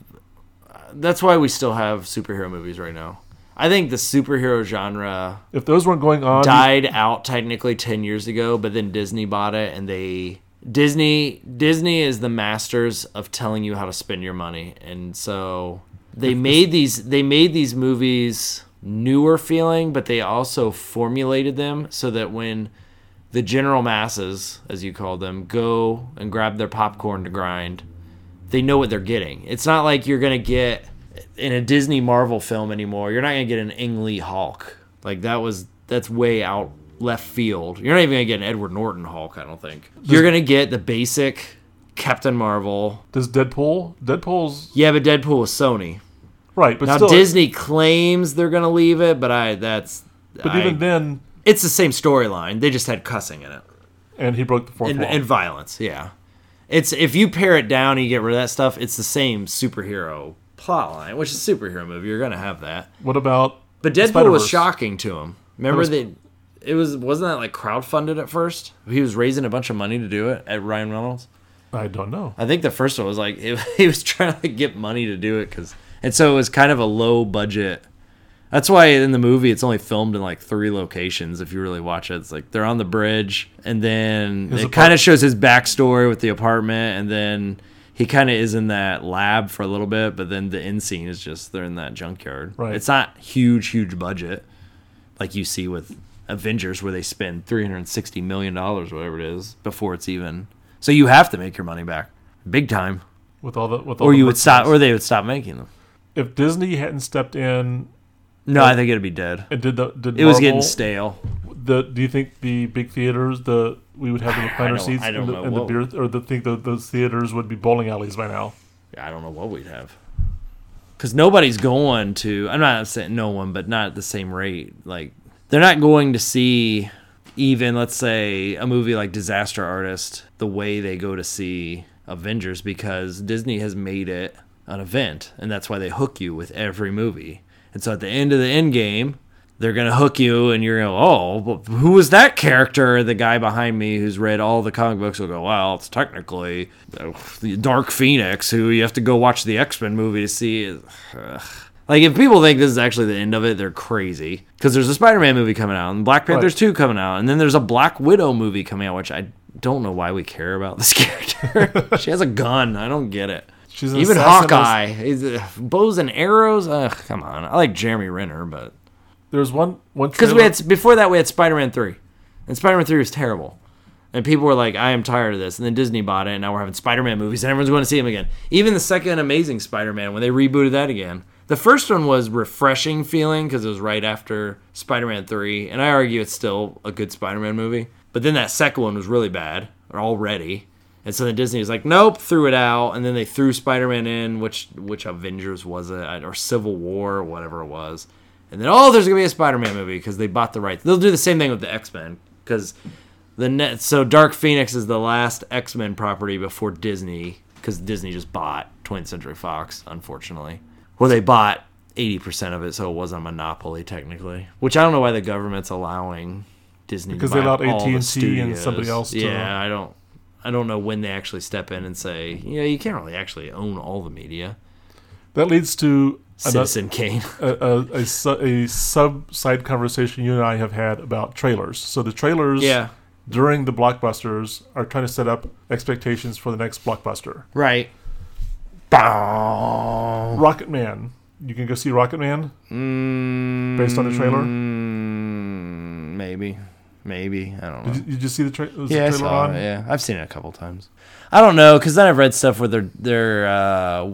B: That's why we still have superhero movies right now. I think the superhero genre
A: If those weren't going on,
B: died out technically 10 years ago but then disney bought it and they disney disney is the masters of telling you how to spend your money and so they made these they made these movies newer feeling but they also formulated them so that when the general masses as you call them go and grab their popcorn to grind they know what they're getting. It's not like you're gonna get in a Disney Marvel film anymore. You're not gonna get an Ang Lee Hulk. Like that was that's way out left field. You're not even gonna get an Edward Norton Hulk. I don't think you're gonna get the basic Captain Marvel.
A: does Deadpool? Deadpool's
B: Yeah, but Deadpool was Sony.
A: right, but
B: Now
A: still,
B: Disney claims they're gonna leave it, but I that's
A: But
B: I-
A: even then,
B: it's the same storyline. They just had cussing in it.
A: and he broke the fourth
B: and,
A: wall.
B: and violence. Yeah, it's if you pare it down and you get rid of that stuff, it's the same superhero plot line, which is a superhero movie. You're gonna have that.
A: what about?
B: But
A: the
B: Deadpool was
A: Spider-Verse?
B: shocking to him. Remember
A: was-
B: that it was wasn't that like crowdfunded at first? He was raising a bunch of money to do it at Ryan Reynolds.
A: I don't know.
B: I think the first one was like it, he was trying to get money to do it because, and so it was kind of a low budget. That's why in the movie it's only filmed in like three locations. If you really watch it, it's like they're on the bridge, and then
A: His
B: it
A: apart-
B: kind of shows his backstory with the apartment, and then he kind of is in that lab for a little bit, but then the end scene is just they're in that junkyard.
A: Right.
B: It's not huge, huge budget like you see with Avengers where they spend 360 million dollars whatever it is before it's even so you have to make your money back big time
A: With all the with all
B: or
A: the
B: you would stop
A: merchandise.
B: or they would stop making them
A: if Disney hadn't stepped in
B: no I think it'd be dead
A: and did the did
B: it was getting
A: Marvel-
B: stale
A: the do you think the big theaters the we would have the recliner
B: don't-
A: seats
B: I don't
A: and the,
B: know.
A: and the
B: Whoa.
A: beer or the think that those theaters would be bowling alleys by now
B: I don't know what we'd have because nobody's going to I'm not saying no one but not at the same rate like they're not going to see even let's say a movie like Disaster Artist the way they go to see Avengers because Disney has made it an event and that's why they hook you with every movie. And so at the end of the end game, they're going to hook you and you're going to oh, but who was that character? The guy behind me who's read all the comic books will go, well, it's technically uh, the Dark Phoenix who you have to go watch the X-Men movie to see. Ugh. Like if people think this is actually the end of it, they're crazy. Because there's a Spider-Man movie coming out, and Black Panther's
A: Right.
B: two coming out, and then there's a Black Widow movie coming out, which I don't know why we care about this character. she has a gun. I don't get it.
A: She's an
B: Even
A: assassin.
B: Hawkeye, is it bows and arrows. Ugh, come on. I like Jeremy Renner, but
A: there's one one
B: because we
A: trailer-
B: had before that we had Spider-Man three, and Spider-Man three was terrible, and people were like, "I am tired of this." And then Disney bought it, and now we're having Spider-Man movies, and everyone's going to see them again. Even the second Amazing Spider-Man, when they rebooted that again, the first one was refreshing feeling because it was right after Spider-Man three, and I argue it's still a good Spider-Man movie. But then that second one was really bad already. And so then Disney was like, "Nope," threw it out, and then they threw Spider-Man in, which which Avengers was it, or Civil War, or whatever it was. And then, oh, there's gonna be a Spider-Man movie because they bought the rights. They'll do the same thing with the X-Men because the net. So Dark Phoenix is the last X-Men property before Disney because Disney just bought 20th Century Fox, unfortunately. Well, they bought 80% of it, so it wasn't a monopoly technically. Which I don't know why the government's allowing Disney
A: Because
B: to buy
A: they allowed
B: up all the
A: AT&T and somebody
B: studios.
A: else to-
B: Yeah, I don't. I don't know when they actually step in and say, yeah, you can't really actually own all the media.
A: that leads to ano-
B: Citizen Kane.
A: a, a, a, su- a sub side conversation you and I have had about trailers so the trailers
B: yeah.
A: during the blockbusters are trying to set up expectations for the next blockbuster
B: Right.
A: Rocket Man you can go see Rocket Man based on the trailer
B: Mm, Maybe, maybe I don't know.
A: Did you, did you see the, tra- was
B: yeah, I
A: the trailer
B: saw
A: on?
B: it. Yeah, I've seen it a couple times. I don't know because then I've read stuff where they're they're uh,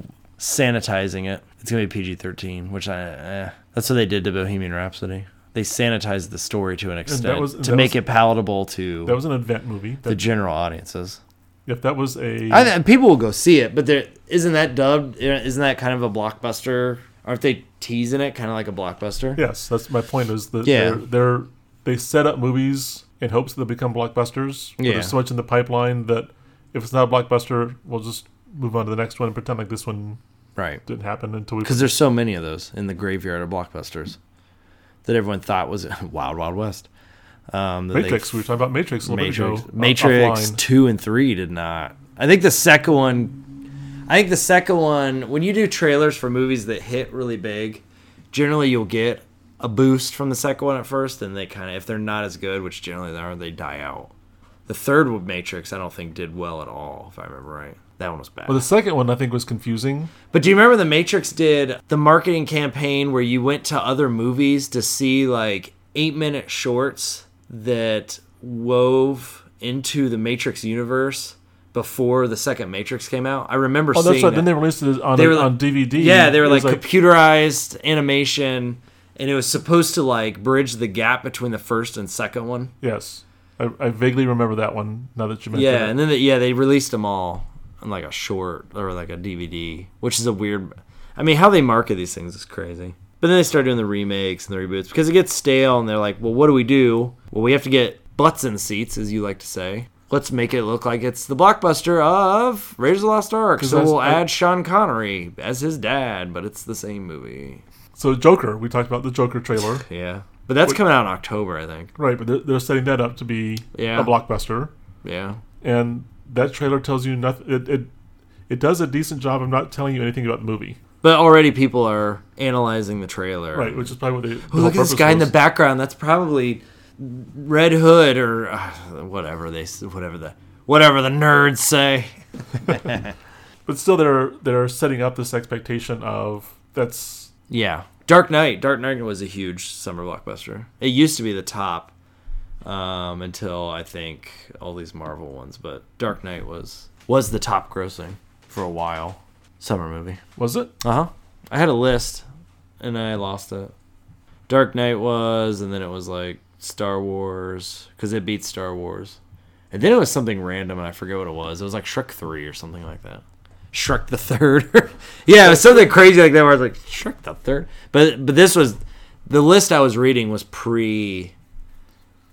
B: sanitizing it. It's gonna be PG thirteen, which I eh. that's what they did to Bohemian Rhapsody. They sanitized the story to an extent
A: was-
B: to
A: that
B: make
A: was-
B: it palatable to
A: That was an event movie.
B: the
A: That,
B: general audiences.
A: if that was a
B: I think people will go see it, but there isn't that dubbed. Isn't that kind of a blockbuster? Aren't they teasing it kind of like a blockbuster?
A: yes, that's my point. Is that
B: Yeah.
A: they're, they're they set up movies in hopes that they become blockbusters. but
B: Yeah.
A: There's so much in the pipeline that if it's not a blockbuster, we'll just move on to the next one and pretend like this one
B: Right.
A: didn't happen until we.
B: because there's so many of those in the graveyard of blockbusters that everyone thought was Wild Wild West. Um, that they-
A: Matrix. we were talking about Matrix a little
B: Matrix,
A: bit ago. o-
B: Matrix
A: offline.
B: two and three did not. I think the second one, I think the second one, when you do trailers for movies that hit really big, generally you'll get a boost from the second one at first, and they kind of, if they're not as good, which generally they are, they die out. The third one, Matrix, I don't think did well at all, if I remember right. That one was bad.
A: Well, the second one I think was confusing.
B: But do you remember the Matrix did the marketing campaign where you went to other movies to see like eight minute shorts that wove into the Matrix universe before the second Matrix came out? I remember
A: Oh,
B: seeing
A: that's right. Then
B: that.
A: they released it on,
B: They were like-
A: on DVD.
B: yeah, they were
A: It was
B: like, computerized animation, and it was supposed to like bridge the gap between the first and second one.
A: yes. I, I vaguely remember that one. Now that you mention
B: Yeah,
A: it.
B: and then they, yeah, they released them all on like a short or like a DVD, which is a weird. I mean, how they market these things is crazy. But then they started doing the remakes and the reboots because it gets stale, and they're like, "Well, what do we do? Well, we have to get butts in seats, as you like to say. Let's make it look like it's the blockbuster of Raiders of the Lost Ark. So
A: I-
B: we'll
A: I-
B: add Sean Connery as his dad, but it's the same movie.
A: So Joker, we talked about the Joker trailer,
B: Yeah, but that's coming out in October, I think.
A: right? But they're, they're setting that up to be
B: Yeah.
A: a blockbuster,
B: Yeah,
A: and that trailer tells you nothing. It, it it does a decent job of not telling you anything about the movie,
B: but already people are analyzing the trailer.
A: right? Which is probably what they. the
B: Oh,
A: whole
B: look at this
A: purpose
B: guy in the
A: was.
B: background. That's probably Red Hood or uh, whatever they s- whatever the whatever the nerds say.
A: But still, they're they're setting up this expectation of that's
B: Yeah, Dark Knight. Dark Knight was a huge summer blockbuster. It used to be the top um, until I think all these Marvel ones, but Dark Knight was was the top grossing for a while. Summer movie.
A: was it?
B: Uh huh. I had a list, and I lost it. Dark Knight was, and then it was like Star Wars because it beat Star Wars, and then it was something random, and I forget what it was. It was like Shrek three or something like that. Shrek the third. yeah, it was something crazy like that. Where I was like Shrek the third, but but this was the list I was reading was pre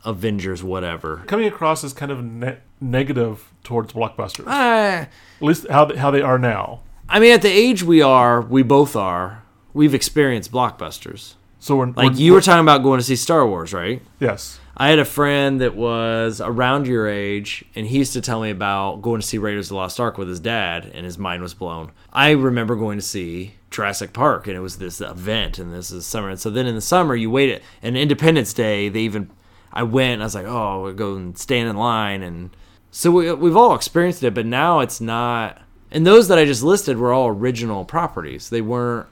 B: Avengers whatever.
A: Coming across as kind of ne- negative towards blockbusters, at
B: Uh,
A: least how they, how they are now.
B: I mean, at the age we are, we both are. We've experienced blockbusters.
A: So we're
B: Like
A: we're-
B: you were talking about going to see Star Wars, right?
A: yes,
B: I had a friend that was around your age, and he used to tell me about going to see Raiders of the Lost Ark with his dad, and his mind was blown. I remember going to see Jurassic Park, and it was this event, and this is summer. And so then in the summer, you wait it, and Independence Day, they even, I went, and I was like, oh, we'll go and stand in line. And so we, we've all experienced it, but now it's not. And those that I just listed were all original properties. They weren't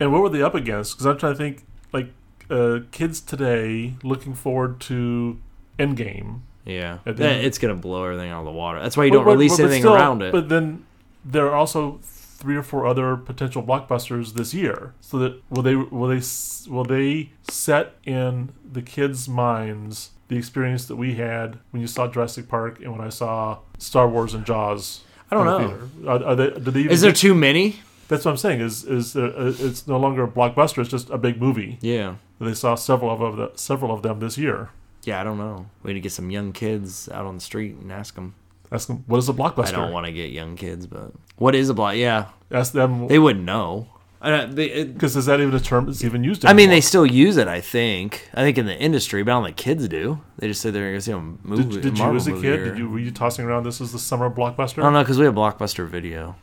A: And what were they up against? Because I'm trying to think, like, uh, kids today looking forward to Endgame.
B: Yeah,
A: At the
B: That-
A: end-
B: it's gonna blow everything out of the water. That's why you
A: But-
B: don't
A: but-
B: release
A: but- but
B: anything
A: still-
B: around it.
A: But then there are also three or four other potential blockbusters this year. So that will they will they s- will they set in the kids' minds the experience that we had when you saw Jurassic Park and when I saw Star Wars and Jaws.
B: I don't
A: in the
B: know.
A: theater? Are, are they, do they even
B: Is there too many?
A: that's what I'm saying. Is is uh, uh, it's no longer a blockbuster. It's just a big movie.
B: Yeah,
A: They saw several of the, several of them this year.
B: yeah. I don't know. We need to get some young kids out on the street and ask them.
A: Ask them what is a blockbuster.
B: I don't want to get young kids, but what is a block? Yeah,
A: Ask them
B: they wouldn't know. I, don't- they, it,
A: because is that even a term that's even used?
B: I mean, they
A: anymore?
B: still use it. I think. I think in the industry, but I don't think kids do. They just say they're gonna go see a movie.
A: did, did you
B: Marvel
A: as a
B: movie
A: kid
B: or-
A: did you were you tossing around this is the summer
B: I
A: blockbuster?
B: don't know because we have Blockbuster Video.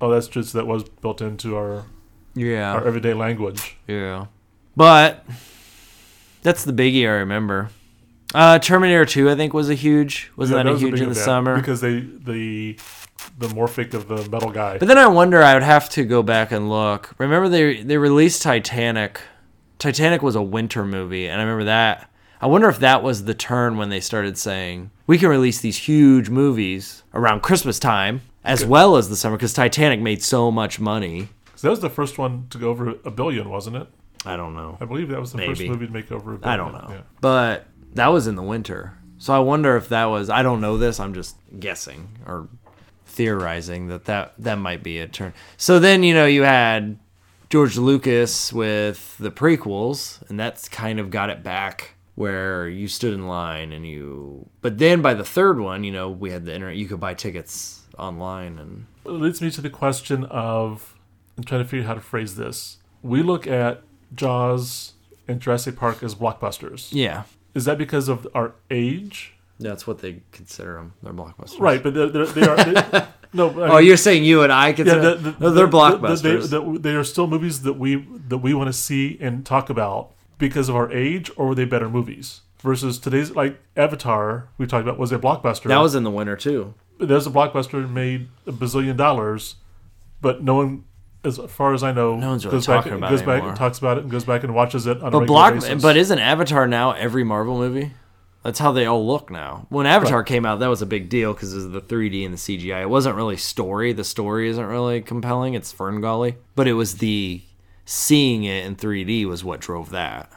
A: Oh, that's just that was built into our
B: Yeah.
A: our everyday language.
B: Yeah. But that's the biggie I remember. Uh, Terminator 2, I think, was a huge. Wasn't
A: Yeah,
B: that, a
A: was
B: huge
A: big
B: in the
A: event
B: summer?
A: because they the the morphic of the metal guy.
B: but then I wonder, I would have to go back and look. Remember, they, they released Titanic. Titanic was a winter movie, and I remember that. I wonder if that was the turn when they started saying we can release these huge movies around Christmas time as well as the summer because Titanic made so much money.
A: 'Cause that was the first one to go over a billion, wasn't it?
B: I don't know.
A: I believe that was the first
B: Maybe.
A: movie to make over a billion.
B: I don't know.
A: Yeah.
B: But that was in the winter. So I wonder if that was I don't know this, I'm just guessing or theorizing that that, that might be a turn. So then, you know, you had George Lucas with the prequels and that's kind of got it back where you stood in line and you but then by the third one, you know, we had the internet you could buy tickets online and
A: It leads me to the question of I'm trying to figure out how to phrase this. We look at Jaws and Jurassic Park as blockbusters.
B: yeah.
A: Is that because of our age?
B: That's what they consider them. They're blockbusters.
A: Right, but they're, they're, they are. They, no, I
B: Oh,
A: mean-
B: you're saying you and I
A: the- the-
B: consider no,
A: the-
B: they're
A: the-
B: blockbusters.
A: the- they, the- they are still movies that we that we want to see and talk about because of our age, or were they better movies? Versus today's like Avatar, we talked about was a blockbuster.
B: that was in the winter too.
A: there's a blockbuster made a bazillion dollars, but no one, as far as I know,
B: No one's really
A: goes back
B: talking
A: and
B: about
A: goes
B: it
A: back
B: anymore.
A: and talks about it and goes back and watches it on a
B: But
A: regular
B: block,
A: basis.
B: but isn't Avatar now every Marvel movie? That's how they all look now. When Avatar came out, that was a big deal because of the 3D and the CGI. It wasn't really story. The story isn't really compelling. It's Ferngully, but it was the seeing it in 3D was what drove that.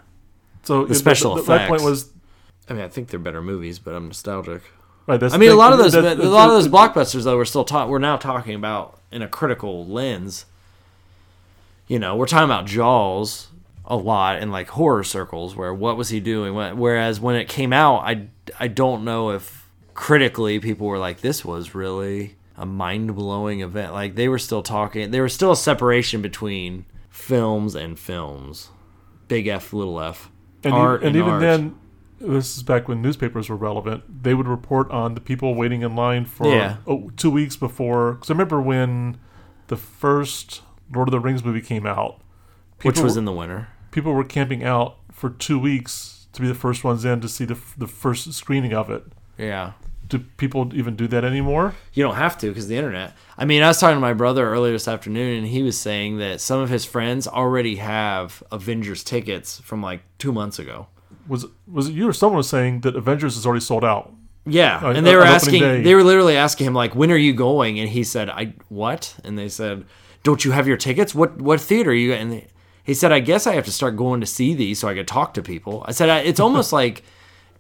A: so it-
B: special
A: th- th- My point
B: effects.
A: was
B: I mean, I think they're better movies, but I'm nostalgic.
A: right. That's
B: I mean, a
A: the-
B: lot of those,
A: that-
B: a lot of those
A: that-
B: blockbusters though, we're still taught. We're now talking about in a critical lens. You know, we're talking about Jaws a lot in like horror circles, where what was he doing? Wh- Whereas when it came out, I I don't know if critically people were like, this was really a mind blowing event. Like they were still talking. There was still a separation between films and films. Big F, little F.
A: and, e-
B: art
A: and
B: and
A: even
B: art.
A: then, this is back when newspapers were relevant. They would report on the people waiting in line for
B: Yeah.
A: oh, two weeks before. Because I remember when the first Lord of the Rings movie came out,
B: which
A: people
B: was
A: were-
B: in the winter.
A: people were camping out for two weeks to be the first ones in to see the f- the first screening of it.
B: Yeah.
A: Do people even do that anymore?
B: you don't have to because the internet. I mean, I was talking to my brother earlier this afternoon, and he was saying that some of his friends already have Avengers tickets from like two months ago.
A: Was was it you or someone was saying that Avengers is already sold out?
B: Yeah,
A: On-
B: and they were
A: on uh, opening
B: asking,
A: day.
B: they were literally asking him like, "When are you going?" And he said, "I what?" And they said, "Don't you have your tickets? What what theater are you?" at?" And he said, "I guess I have to start going to see these so I could talk to people." I said, I, "It's almost like."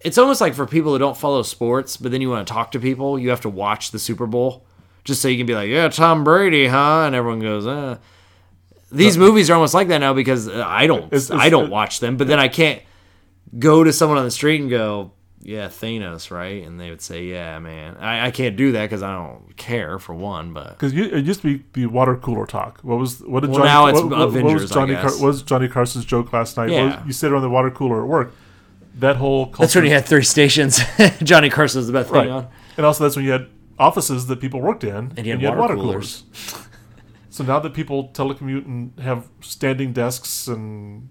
B: It's almost like for people who don't follow sports, but then you want to talk to people, you have to watch the Super Bowl just so you can be like, "Yeah, Tom Brady, huh?" And everyone goes, "Uh." These movies are almost like that now because uh, I don't,
A: It's- it's-
B: I don't
A: it-
B: watch them, but then I can't go to someone on the street and go, "Yeah, Thanos, right?" And they would say, "Yeah, man, I, I can't do that because I don't care for one." But
A: Because it used to be the water cooler talk. What was what did
B: Well,
A: Johnny?
B: now it's
A: what, what- what
B: Avengers,
A: was
B: I
A: Johnny?
B: guess.
A: Car- what was Johnny Carson's joke last night? What
B: Yeah.
A: was- you sit around the water cooler at work. That whole culture.
B: that's when you had three stations. Johnny Carson's the best
A: right.
B: thing on.
A: And also that's when you had offices that people worked in,
B: And you had water coolers.
A: so now that people telecommute and have standing desks and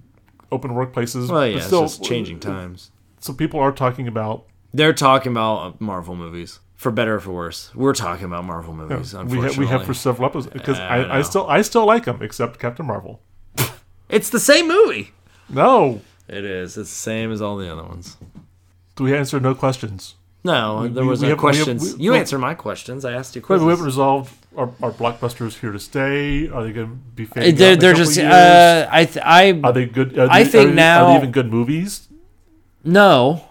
A: open workplaces,
B: Well,
A: but
B: yeah,
A: still-
B: it's just changing times.
A: So people are talking about
B: They're talking about uh, Marvel movies, for better or for worse. We're talking about Marvel movies.
A: we have
B: Unfortunately,
A: we have for several episodes because
B: I don't
A: I, I
B: know.
A: still I still like them except Captain Marvel.
B: it's the same movie.
A: No,
B: It is. It's the same as all the other ones.
A: do we answer no questions?
B: No, there
A: we-
B: was
A: we
B: no
A: have- we have-
B: questions.
A: we-
B: you
A: we-
B: answer my questions. I asked you
A: But we
B: questions.
A: haven't resolved are, are blockbusters here to stay? Are they going to be fading? out
B: they're
A: in a
B: they're
A: couple
B: just.
A: years?
B: Uh, I th- I
A: are they good? Are they,
B: I think
A: are they, are
B: now-
A: they even good movies.
B: No.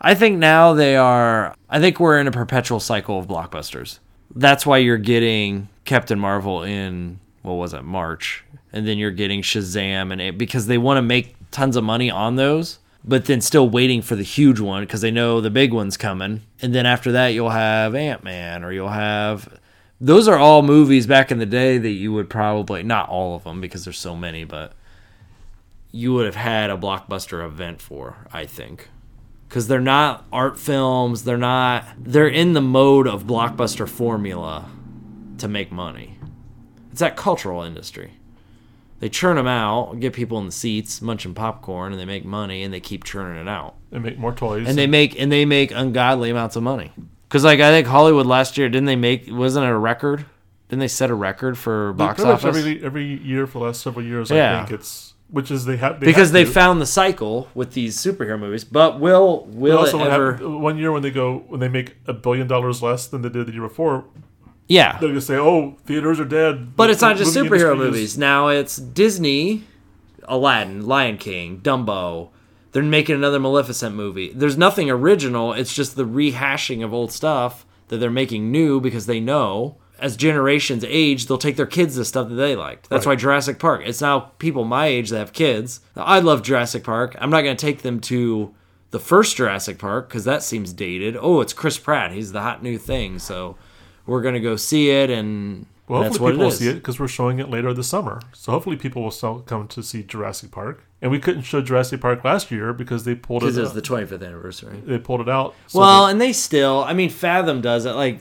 B: I think now they are I think we're in a perpetual cycle of blockbusters. That's why you're getting Captain Marvel in what was it, March. And then you're getting Shazam and it because they want to make tons of money on those, but then still waiting for the huge one because they know the big one's coming. And then after that you'll have Ant Man or you'll have those are all movies back in the day that you would probably not all of them because there's so many, but you would have had a blockbuster event for, I think. Because they're not art films, they're not, they're in the mode of blockbuster formula to make money. It's that cultural industry. They churn them out, get people in the seats munching popcorn, and they make money, and they keep churning it out
A: They make more toys.
B: and they make and they make ungodly amounts of money. Because like I think Hollywood last year didn't they make wasn't it a record? Didn't they set a record for box
A: pretty much
B: office?
A: every every year for the last several years.
B: Yeah.
A: I think it's which is they have they
B: because
A: had
B: they
A: to.
B: found the cycle with these superhero movies. But will
A: They
B: will it
A: also
B: ever?
A: have one year when they go when they make a billion dollars less than they did the year before.
B: yeah,
A: They're gonna say, "Oh, theaters are dead."
B: but
A: The
B: it's not just
A: movie
B: superhero
A: industry is-
B: movies. Now it's Disney, Aladdin, Lion King, Dumbo. They're making another Maleficent movie. There's nothing original. It's just the rehashing of old stuff that they're making new because they know as generations age, they'll take their kids the stuff that they liked. That's why Jurassic Park. It's now people my age that have kids. I love Jurassic Park. I'm not going to take them to the first Jurassic Park because that seems dated. Oh, it's Chris Pratt. He's the hot new thing. So we're going to go see it, and
A: Well,
B: that's
A: hopefully
B: what it
A: people will
B: is.
A: see it because we're showing it later this summer. So hopefully people will still come to see Jurassic Park. And we couldn't show Jurassic Park last year because they pulled
B: Because
A: it.
B: it's
A: Out.
B: the 25th anniversary.
A: they pulled it out. So
B: well, and they still, I mean, Fathom does it. Like,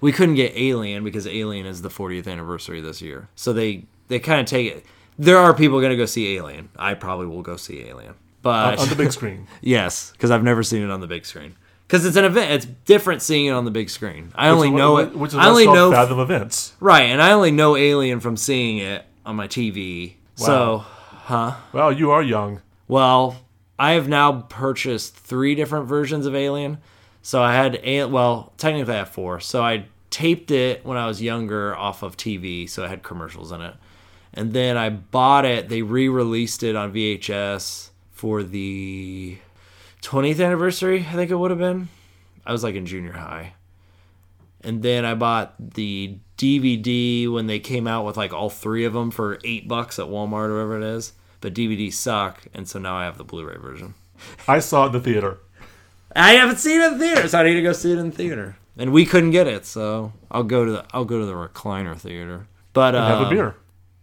B: we couldn't get Alien because Alien is the 40th anniversary this year. So they they kind of take it. There are people going to go see Alien. I probably will go see Alien.
A: they-
B: But
A: on the big screen.
B: yes, because I've never seen it on the big screen. Because it's an event. It's different seeing it on the big screen. I only
A: Which is
B: know
A: what-
B: it.
A: Which is
B: I only
A: what's
B: know
A: called Fathom Events.
B: right, and I only know Alien from seeing it on my TV. So
A: Wow, you are young.
B: Well, I have now purchased three different versions of Alien. So I had a well, technically I have four. So I taped it when I was younger off of TV, so it had commercials in it. And then I bought it. They re-released it on VHS for the 20th anniversary, I think it would have been. I was like in junior high. And then I bought the DVD when they came out with like all three of them for eight bucks at Walmart or whatever it is. But DVDs suck, and so now I have the Blu-ray version.
A: I saw it in the theater.
B: I haven't seen it in theater, so I need to go see it in theater. And we couldn't get it, so I'll go to the I'll go to the recliner theater. But um,
A: Have a beer.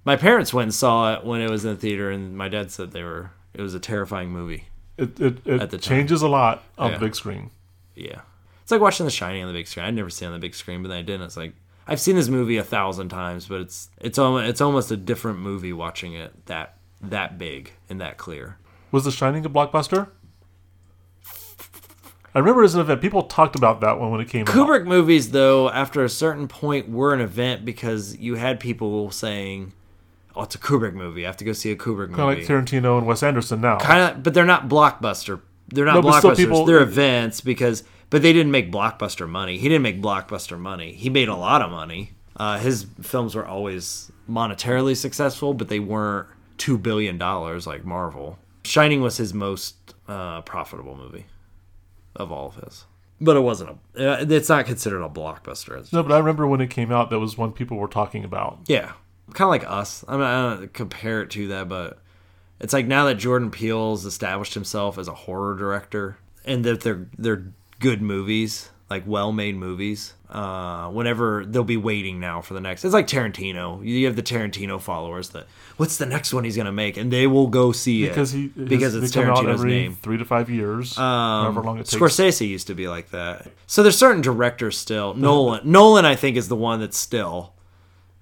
B: My parents went and saw it when it was in the theater, and my dad said they were it was a terrifying movie.
A: It it,
B: at
A: it
B: the time.
A: changes a lot on
B: Yeah.
A: the big screen.
B: Yeah. It's like watching The Shining on the big screen. I'd never seen it on the big screen, but then I did. and It's like I've seen this movie a thousand times, but it's it's almost it's almost a different movie watching it that that big and that clear.
A: Was The Shining a blockbuster? I remember as an event. People talked about that one when it came out.
B: Kubrick movies, though, after a certain point, were an event because you had people saying, "Oh, it's a Kubrick movie. I have to go see a Kubrick
A: Kind of
B: movie."
A: like Tarantino and Wes Anderson now.
B: kind of, but they're not blockbuster. They're not
A: No, but still
B: blockbusters.
A: people-
B: they're events because, but they didn't make blockbuster money. He didn't make blockbuster money. He made a lot of money. Uh, his films were always monetarily successful, but they weren't two billion dollars like Marvel. Shining was his most uh, profitable movie of all of his, but it wasn't a. Uh, it's not considered a blockbuster. It's-
A: no, but I remember when it came out. That was one people were talking about.
B: yeah, kind of like us. I, mean, I don't compare it to that, but it's like now that Jordan Peele's established himself as a horror director and that they're they're good movies, like well-made movies. Uh, whenever they'll be waiting now for the next, it's like Tarantino. You have the Tarantino followers that what's the next one he's gonna make, and they will go see it
A: because he his-
B: because
A: they
B: it's
A: come out
B: Tarantino's
A: every
B: name. Um,
A: three to five years, however long it takes.
B: Scorsese used to be like that. So there's certain directors still. Nolan, Nolan, I think, is the one that's still.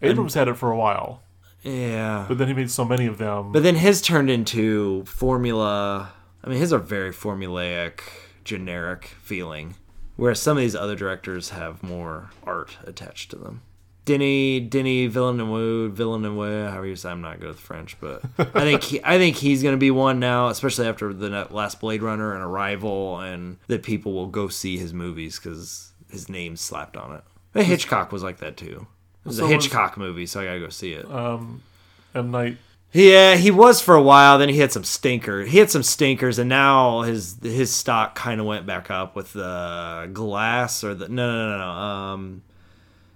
A: Abrams had it for a while,
B: Yeah.
A: but then he made so many of them.
B: But then his turned into formula. I mean, his are very formulaic, generic feeling, whereas some of these other directors have more art attached to them. Denny, Denny Villeneuve, Villeneuve, however you say, I'm not good with French, but I think he, I think he's going to be one now, especially after the net- last Blade Runner and Arrival, and that people will go see his movies because his name's slapped on it. But Hitchcock was like that too. It was
A: So
B: a
A: was-
B: Hitchcock movie, so I gotta go see it.
A: M Night,
B: Yeah, he was for a while. Then he had some stinker. He had some stinkers, and now his his stock kind of went back up with the glass or the no no no no um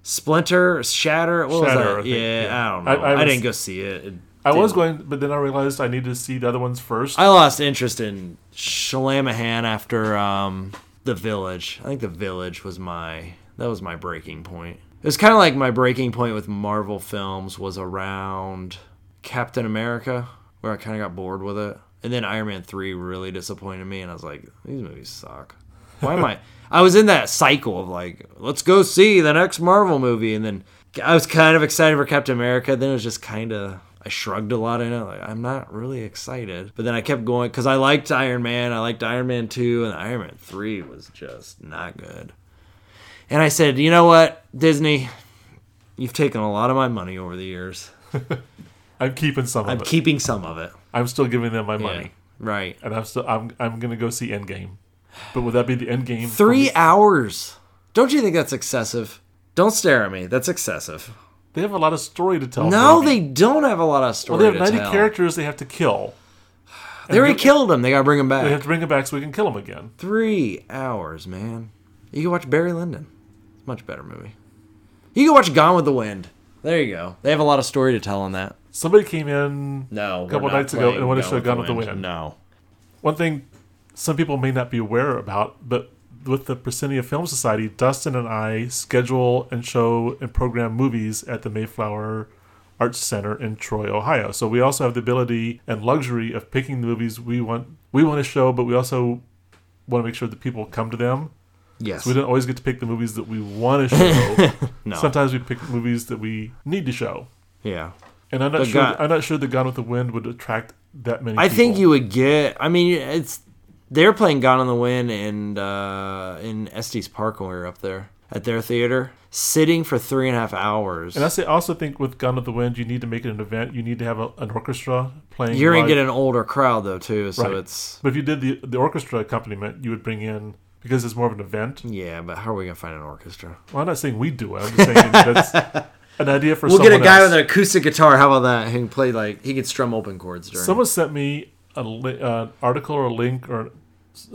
B: splinter shatter. What
A: Shatter, I
B: was that?
A: think,
B: yeah,
A: yeah.
B: I don't know.
A: I-
B: I,
A: I was-
B: didn't go see it. It
A: I was
B: didn't-
A: going, but then I realized I needed to see the other ones first.
B: I lost interest in Shalamahan after um the village. I think the village was my that was my breaking point. It was kind of like my breaking point with Marvel films was around Captain America, where I kind of got bored with it, and then Iron Man three really disappointed me, and I was like, these movies suck. Why am I? I was in that cycle of like, let's go see the next Marvel movie, and then I was kind of excited for Captain America. Then it was just kind of I shrugged a lot in it. Like I'm not really excited, but then I kept going because I liked Iron Man. I liked Iron Man two, and Iron Man three was just not good. And I said, you know what, Disney, you've taken a lot of my money over the years.
A: I'm keeping some
B: I'm
A: of it.
B: keeping some of it.
A: I'm still giving them my money,
B: Yeah, right.
A: and I'm still I'm I'm gonna go see Endgame. But would that be the Endgame? for
B: Three
A: me?
B: hours. Don't you think that's excessive? Don't stare at me. That's excessive.
A: They have a lot of story to tell.
B: No,
A: maybe.
B: they don't have a lot of
A: Well,
B: story.
A: they have
B: to
A: 90
B: tell.
A: characters they have to kill.
B: They already killed him. They gotta bring him
A: They
B: back.
A: have to bring them back so we can kill them again.
B: Three hours, man. You can watch Barry Lyndon. Much better movie. You can watch Gone with the Wind. There you go. They have a lot of story to tell on that.
A: Somebody came in
B: No,
A: Couple
B: we're not
A: nights ago,
B: playing
A: and wanted to show Gone with the Wind.
B: No,
A: one thing some people may not be aware about, but with the Presenia Film Society, Dustin and I schedule and show and program movies at the Mayflower Arts Center in Troy, Ohio. So we also have the ability and luxury of picking the movies we want we want to show, but we also want to make sure that people come to them.
B: yes,
A: So we don't always get to pick the movies that we want to show.
B: no,
A: Sometimes we pick movies that we need to show.
B: yeah.
A: And I'm not
B: The
A: sure
B: guy-
A: I'm not sure the Gone with the Wind would attract that many
B: I think
A: people.
B: you would get. I mean, it's they're playing Gone in the Wind and uh, in Estes Park when we were up there at their theater, sitting for three and a half hours.
A: And I say, also think with Gun of the Wind, you need to make it an event. You need to have a, an orchestra playing.
B: You're gonna
A: live.
B: get an older crowd though too, so
A: Right.
B: it's
A: But if you did the the orchestra accompaniment, you would bring in because it's more of an event.
B: yeah. But how are we gonna find an orchestra?
A: Well, I'm not saying we do it. I'm just saying that's an idea for.
B: We'll get a
A: someone
B: guy
A: else.
B: with an acoustic guitar. How about that? He can play like he can strum open chords during.
A: Someone sent me an li- uh, article or a link or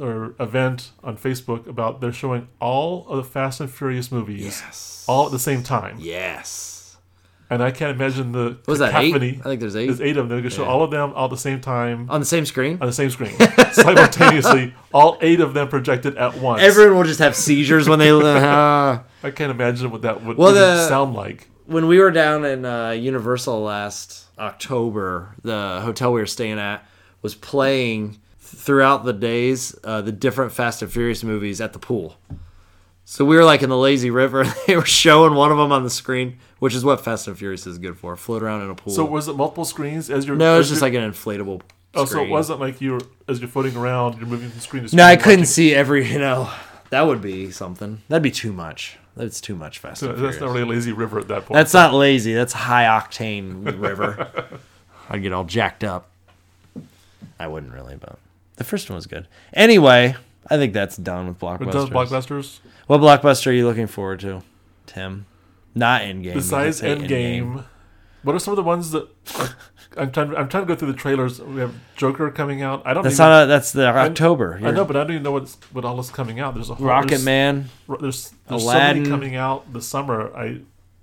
A: or event on Facebook about they're showing all of the Fast and Furious movies
B: yes.
A: all at the same time,
B: yes.
A: and I can't imagine the
B: What was that eight?
A: cacophony.
B: I think there's eight
A: There's eight of them. They're gonna show
B: Yeah.
A: all of them all at the same time.
B: on the same screen.
A: on the same screen simultaneously. All eight of them projected at once.
B: Everyone will just have seizures when they. Uh,
A: I can't imagine what that would
B: Well,
A: even
B: the-
A: sound like.
B: when we were down in uh, Universal last October, the hotel we were staying at was playing throughout the days uh, the different Fast and Furious movies at the pool. So we were like in the lazy river. They were showing one of them on the screen, which is what Fast and Furious is good for. Float around in a pool.
A: So was it multiple screens as you're?
B: no, it's
A: as you're-
B: just like an inflatable.
A: Oh, so it
B: screen.
A: wasn't like you're as you're floating around, you're moving from screen to screen.
B: No, I couldn't
A: watching-
B: see every. You know, that would be something. That'd be too much. That's too much Fast
A: So
B: and Furious.
A: That's not really a lazy river at that point.
B: That's not lazy. That's high octane river. I'd get all jacked up.
E: I wouldn't really, but the first one was good. Anyway, I think that's done with blockbusters.
A: But those blockbusters
E: What blockbuster are you looking forward to, Tim? Not Endgame.
A: besides
E: You
A: Endgame,
E: could say
A: what are some of the ones that? I'm trying. I'm trying to go through the trailers. We have Joker coming out. I don't.
E: That's
A: even,
E: not. A, that's the October.
A: I know, but I don't even know what's what all is coming out. There's a whole,
E: Rocket
A: there's-
E: Man.
A: Ro- there's, there's
E: Aladdin.
A: so many coming out this summer. I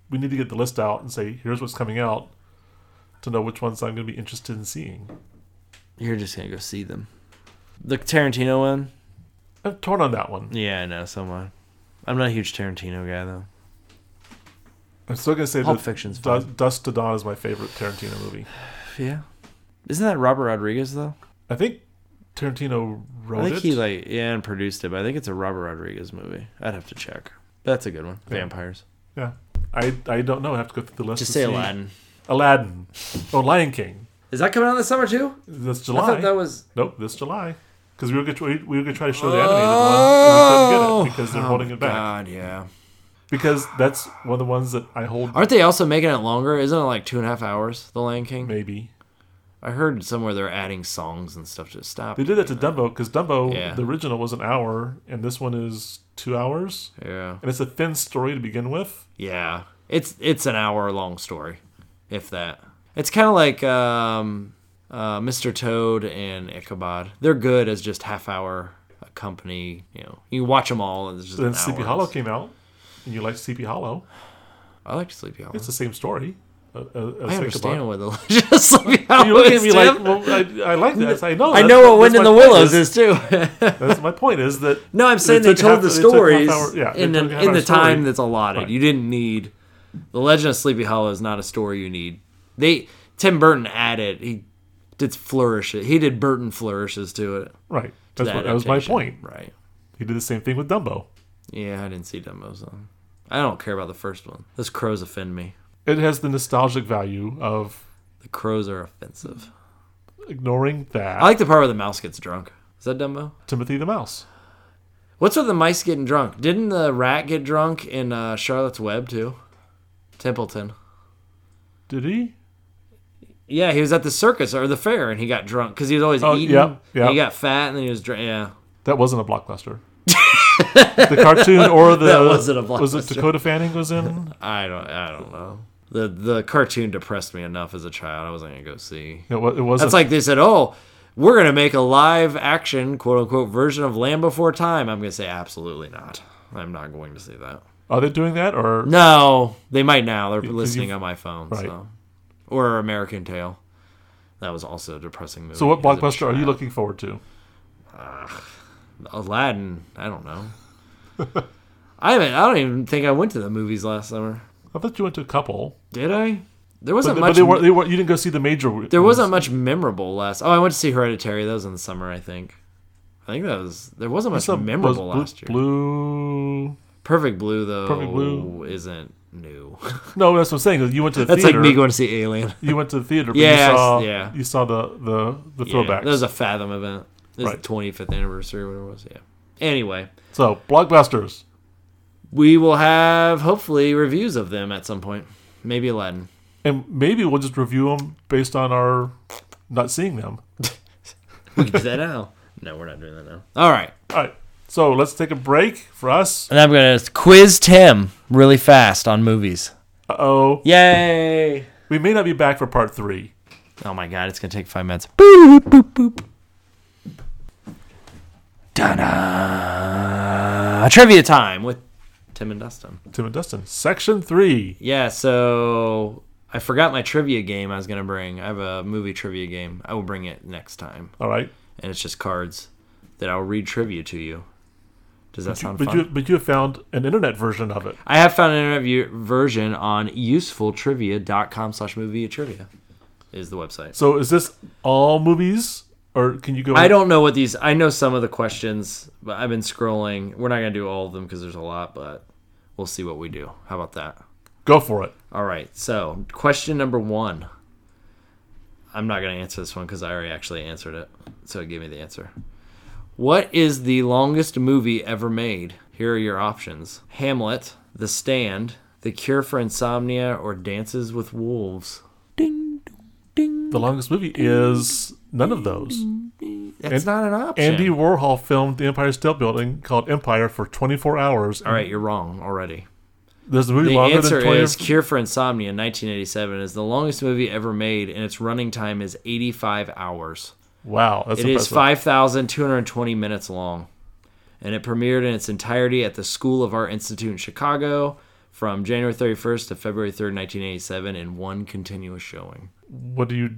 A: we need to get the list out and say here's what's coming out to know which ones I'm going to be interested in seeing.
E: You're just gonna go see them. The Tarantino one.
A: I'm torn on that one.
E: Yeah, I know. Someone. I'm not a huge Tarantino guy though.
A: I'm still going to say
E: Pulp
A: that
E: Fiction's
A: Du- Dust to Dawn is my favorite Tarantino movie.
E: Yeah. Isn't that Robert Rodriguez though?
A: I think Tarantino wrote
E: I think
A: it.
E: he like yeah and produced it, but I think it's a Robert Rodriguez movie. I'd have to check. That's a good one.
A: Yeah.
E: Vampires.
A: yeah, I I don't know. I have to go through the list.
B: Just
A: to
B: say
A: see.
B: Aladdin.
A: Aladdin. Oh, Lion King.
B: Is that coming out this summer too?
A: This
B: I
A: July.
B: thought that was.
A: Nope, this July. Because we were going to we were going to try to show the animated one,
E: Oh.
A: and we couldn't get it because they're holding it back.
B: God, yeah.
A: Because that's one of the ones that I hold
B: Aren't they also making it longer? Isn't it like two and a half hours? The Lion King.
A: maybe.
B: I heard somewhere they're adding songs and stuff to stop.
A: They did that to Dumbo because Dumbo,
B: Yeah.
A: the original was an hour, and this one is two hours,
B: Yeah.
A: and it's a thin story to begin with.
B: Yeah. It's it's an hour long story, if that. It's kind of like um, uh, Mr. Toad and Ichabod. They're good as just half hour company. You know, you watch them all. And it's just
A: Then
B: an
A: Sleepy
B: hour.
A: Hollow came out, and you liked Sleepy Hollow.
B: I like Sleepy Hollow.
A: It's the same story. Uh, uh, as
B: I
A: Ichabod.
B: understand what the legend of Sleepy Hollow
A: You look
B: is,
A: at me
B: Tim.
A: like, well, I, I like that. I know.
B: I
A: that-
B: know what
A: that's
B: Wind
A: my
B: in the
A: point
B: Willows is too.
A: That's my point. Is that
B: no, I'm saying
A: They
B: they
A: took half-
B: told the
A: they took half
B: stories
A: hour- yeah, they
B: in,
A: took
B: an,
A: half
B: in
A: hour
B: the
A: story.
B: time that's allotted.
A: Right.
B: You didn't need the Legend of Sleepy Hollow is not a story you need. They Tim Burton added he did flourish it. He did Burton flourishes to it.
A: right? That's
B: that
A: what, that was my
B: adaptation.
A: point.
B: Right.
A: He did the same thing with Dumbo.
B: Yeah, I didn't see Dumbo's one. I don't care about the first one. Those crows offend me.
A: It has the nostalgic value of
B: The crows are offensive.
A: ignoring that
B: I like the part where the mouse gets drunk. Is that Dumbo?
A: Timothy the Mouse.
B: What's with the mice getting drunk? Didn't the rat get drunk in uh, Charlotte's Web too? Templeton.
A: Did he?
B: Yeah, he was at the circus or the fair, and he got drunk because he was always
A: Oh,
B: eating.
A: yeah, yeah.
B: He got fat, and then he was drunk. Yeah,
A: That wasn't a blockbuster. the cartoon or the
B: That wasn't a
A: Was it
B: blockbuster.
A: Dakota Fanning was in?
B: I don't. I don't know. The the cartoon depressed me enough as a child. I wasn't gonna go see.
A: It, wa- it was.
B: That's like they said, oh, we're gonna make a live action quote unquote version of Land Before Time. I'm gonna say absolutely not. I'm not going to see that.
A: Are they doing that or
B: No, they might now. They're
A: 'cause
B: listening
A: you've-
B: on my phone.
A: right.
B: So. Or American Tail. That was also a depressing movie.
A: so? What
B: as a
A: blockbuster are you
B: child.
A: looking forward to?
B: Aladdin. I don't know. I haven't. I don't even think I went to the movies last summer.
A: I thought you went to a couple,
B: Did I? There
A: but,
B: wasn't
A: but
B: much.
A: they weren't. They weren't. You didn't go see the major.
B: there wasn't much memorable last. Oh, I went to see Hereditary. That was in the summer, I think. I think that was. There wasn't much
A: Some- was
B: memorable
A: Blue-
B: last year.
A: Blue.
B: Perfect Blue though.
A: Perfect Blue.
B: isn't new.
A: No, that's what I'm saying. You went to the
B: That's like
A: theater.
B: me going to see Alien.
A: you went to the theater. But
B: Yeah,
A: you saw,
B: yeah.
A: You saw the the the
B: Yeah,
A: throwbacks.
B: that was a Fathom event. It was
A: Right.
B: the 25th anniversary, or whatever it was. Yeah. Anyway,
A: so blockbusters.
B: we will have hopefully reviews of them at some point. Maybe Aladdin.
A: And maybe we'll just review them based on our not seeing them.
B: We can do that now. No, we're not doing that now. All right.
A: All right. So let's take a break for us.
F: And I'm gonna quiz Tim really fast on movies.
A: Uh oh.
F: Yay!
A: We may not be back for part three.
B: Oh my god, it's gonna take five minutes.
F: Ta-da!
B: Trivia time with Tim and Dustin.
A: Tim and Dustin, section three.
B: Yeah, so I forgot my trivia game I was gonna bring. I have a movie trivia game. I will bring it next time,
A: All right.
B: and it's just cards that I'll read trivia to you. Does that sound
A: But
B: fun?
A: you, but you have found an internet version of it.
B: I have found an interview version on usefultrivia.com slash movie trivia is the website.
A: So is this all movies, or can you go?
B: I don't know what these. I know some of the questions, but I've been scrolling. We're not gonna do all of them because there's a lot, but we'll see what we do. How about that?
A: go for it.
B: All right. So question number one. I'm not gonna answer this one because I already actually answered it. So it gave me the answer. What is the longest movie ever made? Here are your options: Hamlet, The Stand, The Cure for Insomnia, or Dances with Wolves.
A: The longest movie is none of those.
B: That's
A: And-
B: not an option.
A: Andy Warhol filmed The Empire State Building called Empire for 24 hours.
B: All right, you're wrong already.
A: There's a movie
B: The
A: longer
B: answer
A: than 20.
B: is Cure for Insomnia, 1987, is the longest movie ever made, and its running time is 85 hours.
A: wow, that's
B: It is
A: impressive.
B: 5,220 minutes long, and it premiered in its entirety at the School of Art Institute in Chicago from January 31st to February 3rd, 1987, in one continuous showing.
A: What do you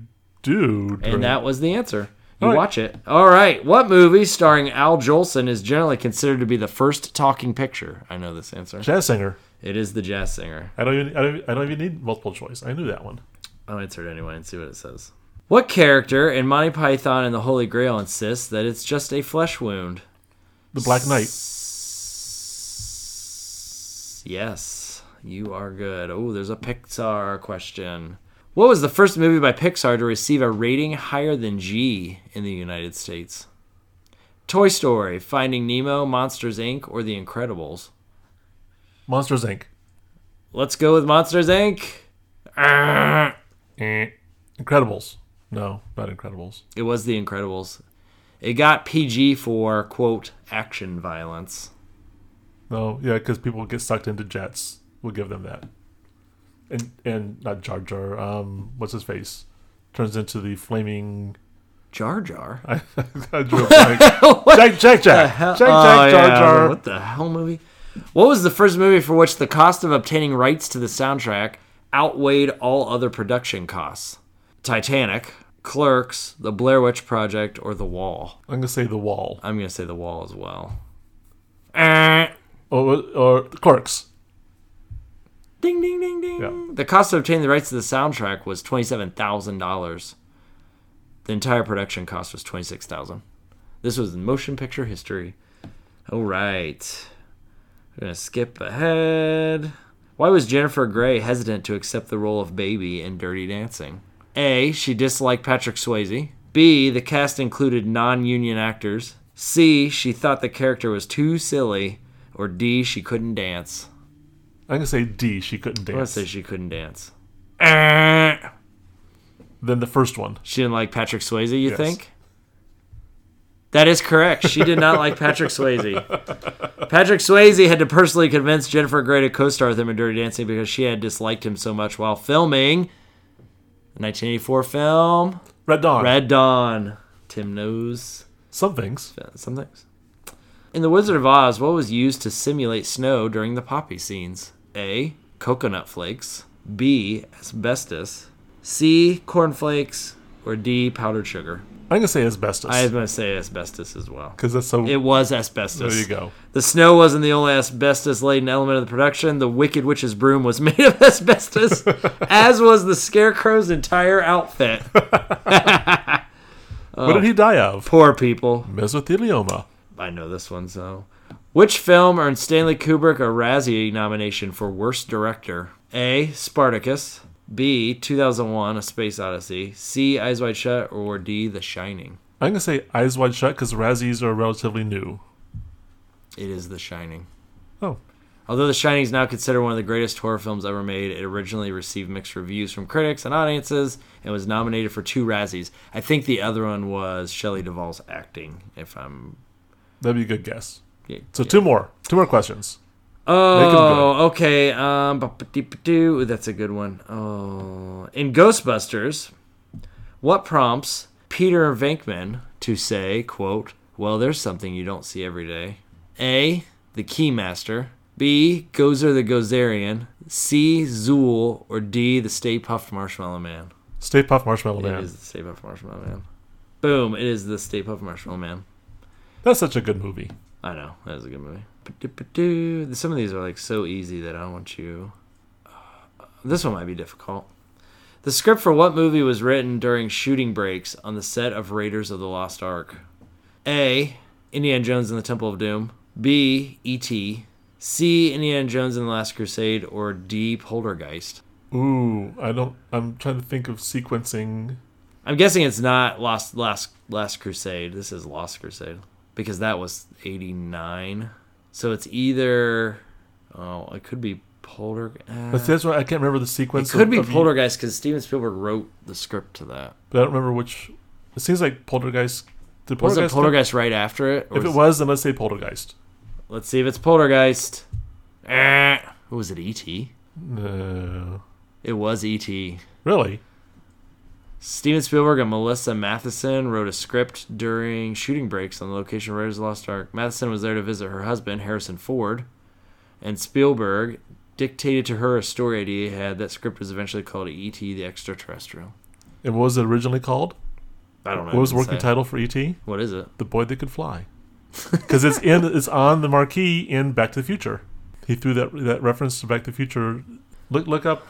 A: do? during-
B: And that was the answer. You
A: All right.
B: watch it. All right. What movie starring Al Jolson is generally considered to be the first talking picture? I know this answer.
A: jazz singer.
B: It is The Jazz Singer.
A: I don't even. I don't, I don't even need multiple choice. I knew that one.
B: I'll answer it anyway and see what it says. What character in Monty Python and the Holy Grail insists that it's just a flesh wound?
A: The Black Knight.
B: Yes, you are good. Oh, there's a Pixar question. What was the first movie by Pixar to receive a rating higher than G in the United States? Toy Story, Finding Nemo, Monsters Inc., or The Incredibles?
A: Monsters Inc.
B: Let's go with Monsters Inc. Arrgh.
A: Eh. Incredibles. No, not Incredibles.
B: It was The Incredibles. It got PG for, quote, action violence.
A: No, yeah, because people get sucked into jets. We'll give them that. And and not Jar Jar. Um, what's his face? Turns into the flaming.
B: Jar Jar?
A: I, drew a blank. Jack Jack Jack Jack Jack Jar
B: Oh, yeah,
A: Jar.
B: What the hell movie? What was the first movie for which the cost of obtaining rights to the soundtrack outweighed all other production costs? Titanic, Clerks, The Blair Witch Project, or The Wall?
A: I'm gonna say the wall
B: I'm going to say The Wall as well. Eh.
A: or or Clerks.
B: Ding, ding, ding, ding.
A: Yeah.
B: The cost of obtaining the rights to the soundtrack was $27,000. The entire production cost was 26000 This was in motion picture history. All right. We're going to skip ahead. Why was Jennifer Grey hesitant to accept the role of Baby in Dirty Dancing? A. She disliked Patrick Swayze. B. The cast included non union actors. C. She thought the character was too silly. Or D. She couldn't dance.
A: I'm gonna say D. She couldn't
B: I'm gonna
A: dance.
B: say she couldn't dance.
A: than the first one.
B: She didn't like Patrick Swayze, you
A: Yes.
B: think? That is correct. She did not like Patrick Swayze. Patrick Swayze had to personally convince Jennifer Grey to co-star with him in Dirty Dancing because she had disliked him so much while filming the 1984 film
A: Red Dawn.
B: Red Dawn. Tim knows
A: Some things.
B: some things. In The Wizard of Oz, what was used to simulate snow during the poppy scenes? A. Coconut flakes. B. Asbestos. C. Cornflakes. Or D. Powdered sugar.
A: I'm gonna say asbestos
B: I was going to say asbestos as well.
A: because that's so.
B: It was asbestos.
A: there you go.
B: The snow wasn't the only asbestos laden element of the production. The Wicked Witch's broom was made of asbestos, as was the Scarecrow's entire outfit. uh,
A: What did he die of?
B: Poor people.
A: Mesothelioma.
B: I know this one, so. Which film earned Stanley Kubrick a Razzie nomination for Worst Director? A. Spartacus. B. 2001 A Space Odyssey. C. Eyes Wide Shut. Or D. The Shining.
A: I'm gonna say eyes wide shut because Razzies are relatively new.
B: It is The Shining.
A: Oh,
B: Although The Shining is now considered one of the greatest horror films ever made, it originally received mixed reviews from critics and audiences and was nominated for two Razzies. I think the other one was Shelley Duvall's acting, if I'm.
A: that'd be a good guess.
B: Yeah,
A: So two more, two more questions.
B: Oh, okay. Um, ba-ba-dee-ba-doo. Ooh, that's a good one. Oh, in Ghostbusters, what prompts Peter Venkman to say, "quote Well, there's something you don't see every day." A. The Keymaster. B. Gozer the Gozerian. C. Zool. Or D. The Stay Puffed Marshmallow Man.
A: Stay Puft Marshmallow
B: It
A: Man.
B: is the Stay Puffed Marshmallow Man. Boom! It is the Stay Puffed Marshmallow Man.
A: That's such a good movie.
B: I know that is a good movie. Ba-do-ba-do. Some of these are like so easy that I don't want you. uh, This one might be difficult. The script for what movie was written during shooting breaks on the set of Raiders of the Lost Ark? A. Indiana Jones and the Temple of Doom. B. E.T. C. Indiana Jones and the Last Crusade. Or D. Poltergeist.
A: Ooh, I don't. I'm trying to think of sequencing.
B: I'm guessing it's not Lost Last Last Crusade. This is Lost Crusade because that was 89. So it's either oh, it could be Poltergeist.
A: But see, that's why I can't remember the sequence.
B: it could be
A: of- of you-
B: Poltergeist because Steven Spielberg wrote the script to that.
A: but I don't remember which. It seems like Poltergeist. Did
B: Was it
A: come-
B: Poltergeist right after it? Or
A: If it was, then let's say Poltergeist.
B: let's see if it's Poltergeist. Eh. What was it? E.T.
A: No,
B: It was E E.T.
A: really?
B: Steven Spielberg and Melissa Matheson wrote a script during shooting breaks on the location of Raiders of the Lost Ark. Matheson was there to visit her husband, Harrison Ford, and Spielberg dictated to her a story idea he had. That script was eventually called E.T. the Extraterrestrial.
A: And what was it originally called?
B: I don't know.
A: What was the
B: it didn't
A: working
B: say.
A: title for E ET?
B: What is it?
A: The Boy That Could Fly. Because it's in, it's on the marquee in Back to the Future. He threw that that reference to Back to the Future. Look look up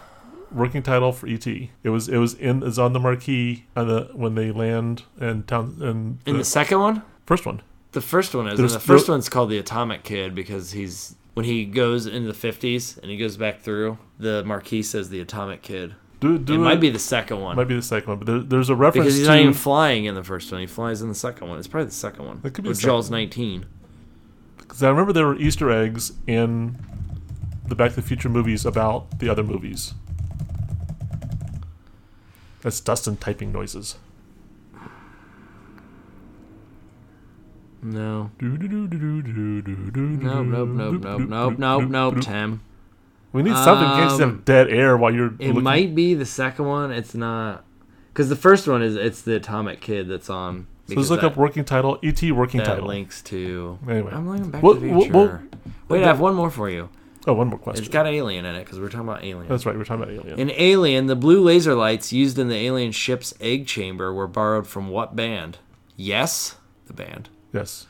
A: working title for ET. It was it was in it's on the marquee on the when they land and town and
B: In the second one?
A: first one.
B: The first one is. And
A: There's-
B: the first
A: there-
B: one's called the Atomic Kid because he's when he goes into the fifties and he goes back through. The marquee says the Atomic Kid.
A: Do, do
B: It might be the second one
A: might be the second one, but there, there's a reference
B: because he's
A: to
B: not even flying in the first one. He flies in the second one. It's probably the second one.
A: That could be
B: Or
A: the
B: Jaws 19.
A: Because I remember there were Easter eggs in the Back to the Future movies about the other movies. That's Dustin typing noises.
B: No. Nope,
A: Nope,
B: nope, nope, nope, nope, nope, nope, Tim.
A: We need something. You can't just
B: Um,
A: have dead air while you're.
B: It might be the second one. It's not. Because the first one is it's the Atomic Kid that's on.
A: So just
B: because
A: look
B: that,
A: up working title. ET working
B: that
A: title.
B: links to.
A: Anyway.
B: I'm looking back
A: Well,
B: to the
A: well,
B: future.
A: well,
B: Wait, I have one more for you.
A: Oh, one more
B: It's
A: question.
B: got Alien in it because we're talking about Alien.
A: That's right. We're talking about Alien.
B: In Alien, the blue laser lights used in the alien ship's egg chamber were borrowed from what band? Yes, the band.
A: yes.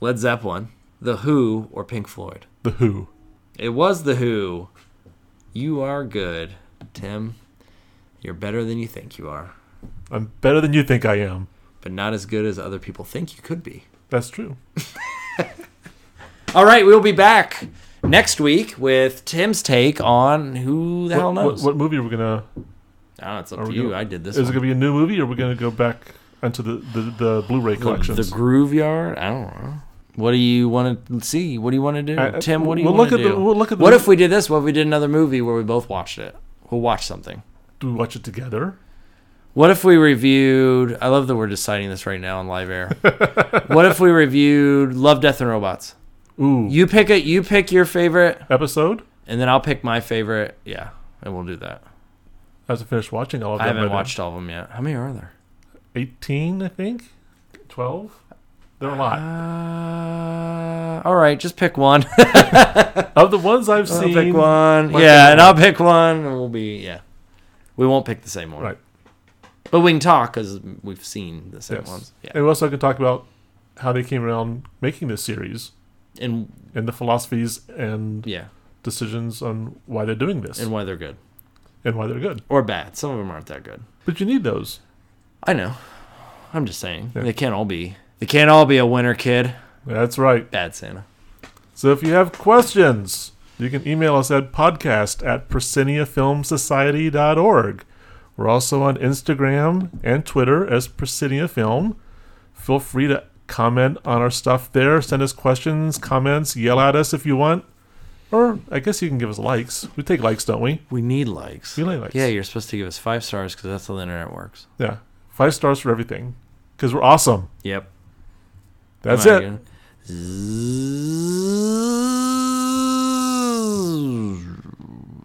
B: Led Zeppelin, The Who, or Pink Floyd?
A: The Who.
B: It was The Who. You are good, Tim. You're better than you think you are,
A: I'm better than you think I am.
B: but not as good as other people think you could be.
A: That's true.
B: All right, we'll be back next week with Tim's take on who the hell
A: what, what,
B: knows.
A: what movie are we gonna?
B: I don't know, it's up
A: Are
B: to
A: we
B: you.
A: gonna-
B: I did this
A: Is
B: one.
A: it gonna be a new movie, or we're gonna go back into the the, the Blu-ray
B: the,
A: collections?
B: the Groove Yard? I don't know. What do you want to see? What do you want to do,
A: I- I-
B: Tim? What do you
A: we'll
B: want to
A: look at
B: do?
A: the- we'll look at the-
B: what if we did this? What if we did another movie where we both watched it? We'll watch something.
A: Do we watch it together?
B: What if we reviewed? I love that we're deciding this right now on live air. what if we reviewed Love, Death, and Robots?
A: Ooh,
B: You pick it. You pick your favorite,
A: episode.
B: and then I'll pick my favorite. Yeah, and we'll do that.
A: I have to finish watching all of
B: I
A: them.
B: haven't
A: by then.
B: watched all of them yet. How many are there?
A: eighteen, I think. Twelve. There are a lot.
B: Uh, all right, just pick one.
A: of the ones I've
B: I'll
A: seen.
B: pick one.
A: One
B: yeah,
A: thing.
B: and I'll pick one, and we'll be yeah. We won't pick the same one,
A: Right.
B: But we can talk because we've seen the same
A: Yes.
B: ones. Yeah,
A: And we also can talk about how they came around making this series
B: and
A: and the philosophies and
B: yeah,
A: decisions on why they're doing this
B: and why they're good
A: and why they're good.
B: or bad. Some of them aren't that good.
A: But you need those.
B: I know. I'm just saying
A: Yeah.
B: they can't all be. They can't all be a winner, kid.
A: That's right.
B: Bad Santa.
A: So if you have questions, you can email us at podcast at prosceniafilmsociety.org. We're also on Instagram and Twitter as Proscenia Film. Feel free to comment on our stuff there. Send us questions, comments, yell at us if you want. Or I guess you can give us likes. We take likes, don't we?
B: We need likes.
A: We like likes.
B: Yeah, you're supposed to give us five stars because that's how the internet works.
A: Yeah. Five stars for everything. Because we're awesome.
B: Yep.
A: That's
B: Am I
A: it.
B: good? Zzzz.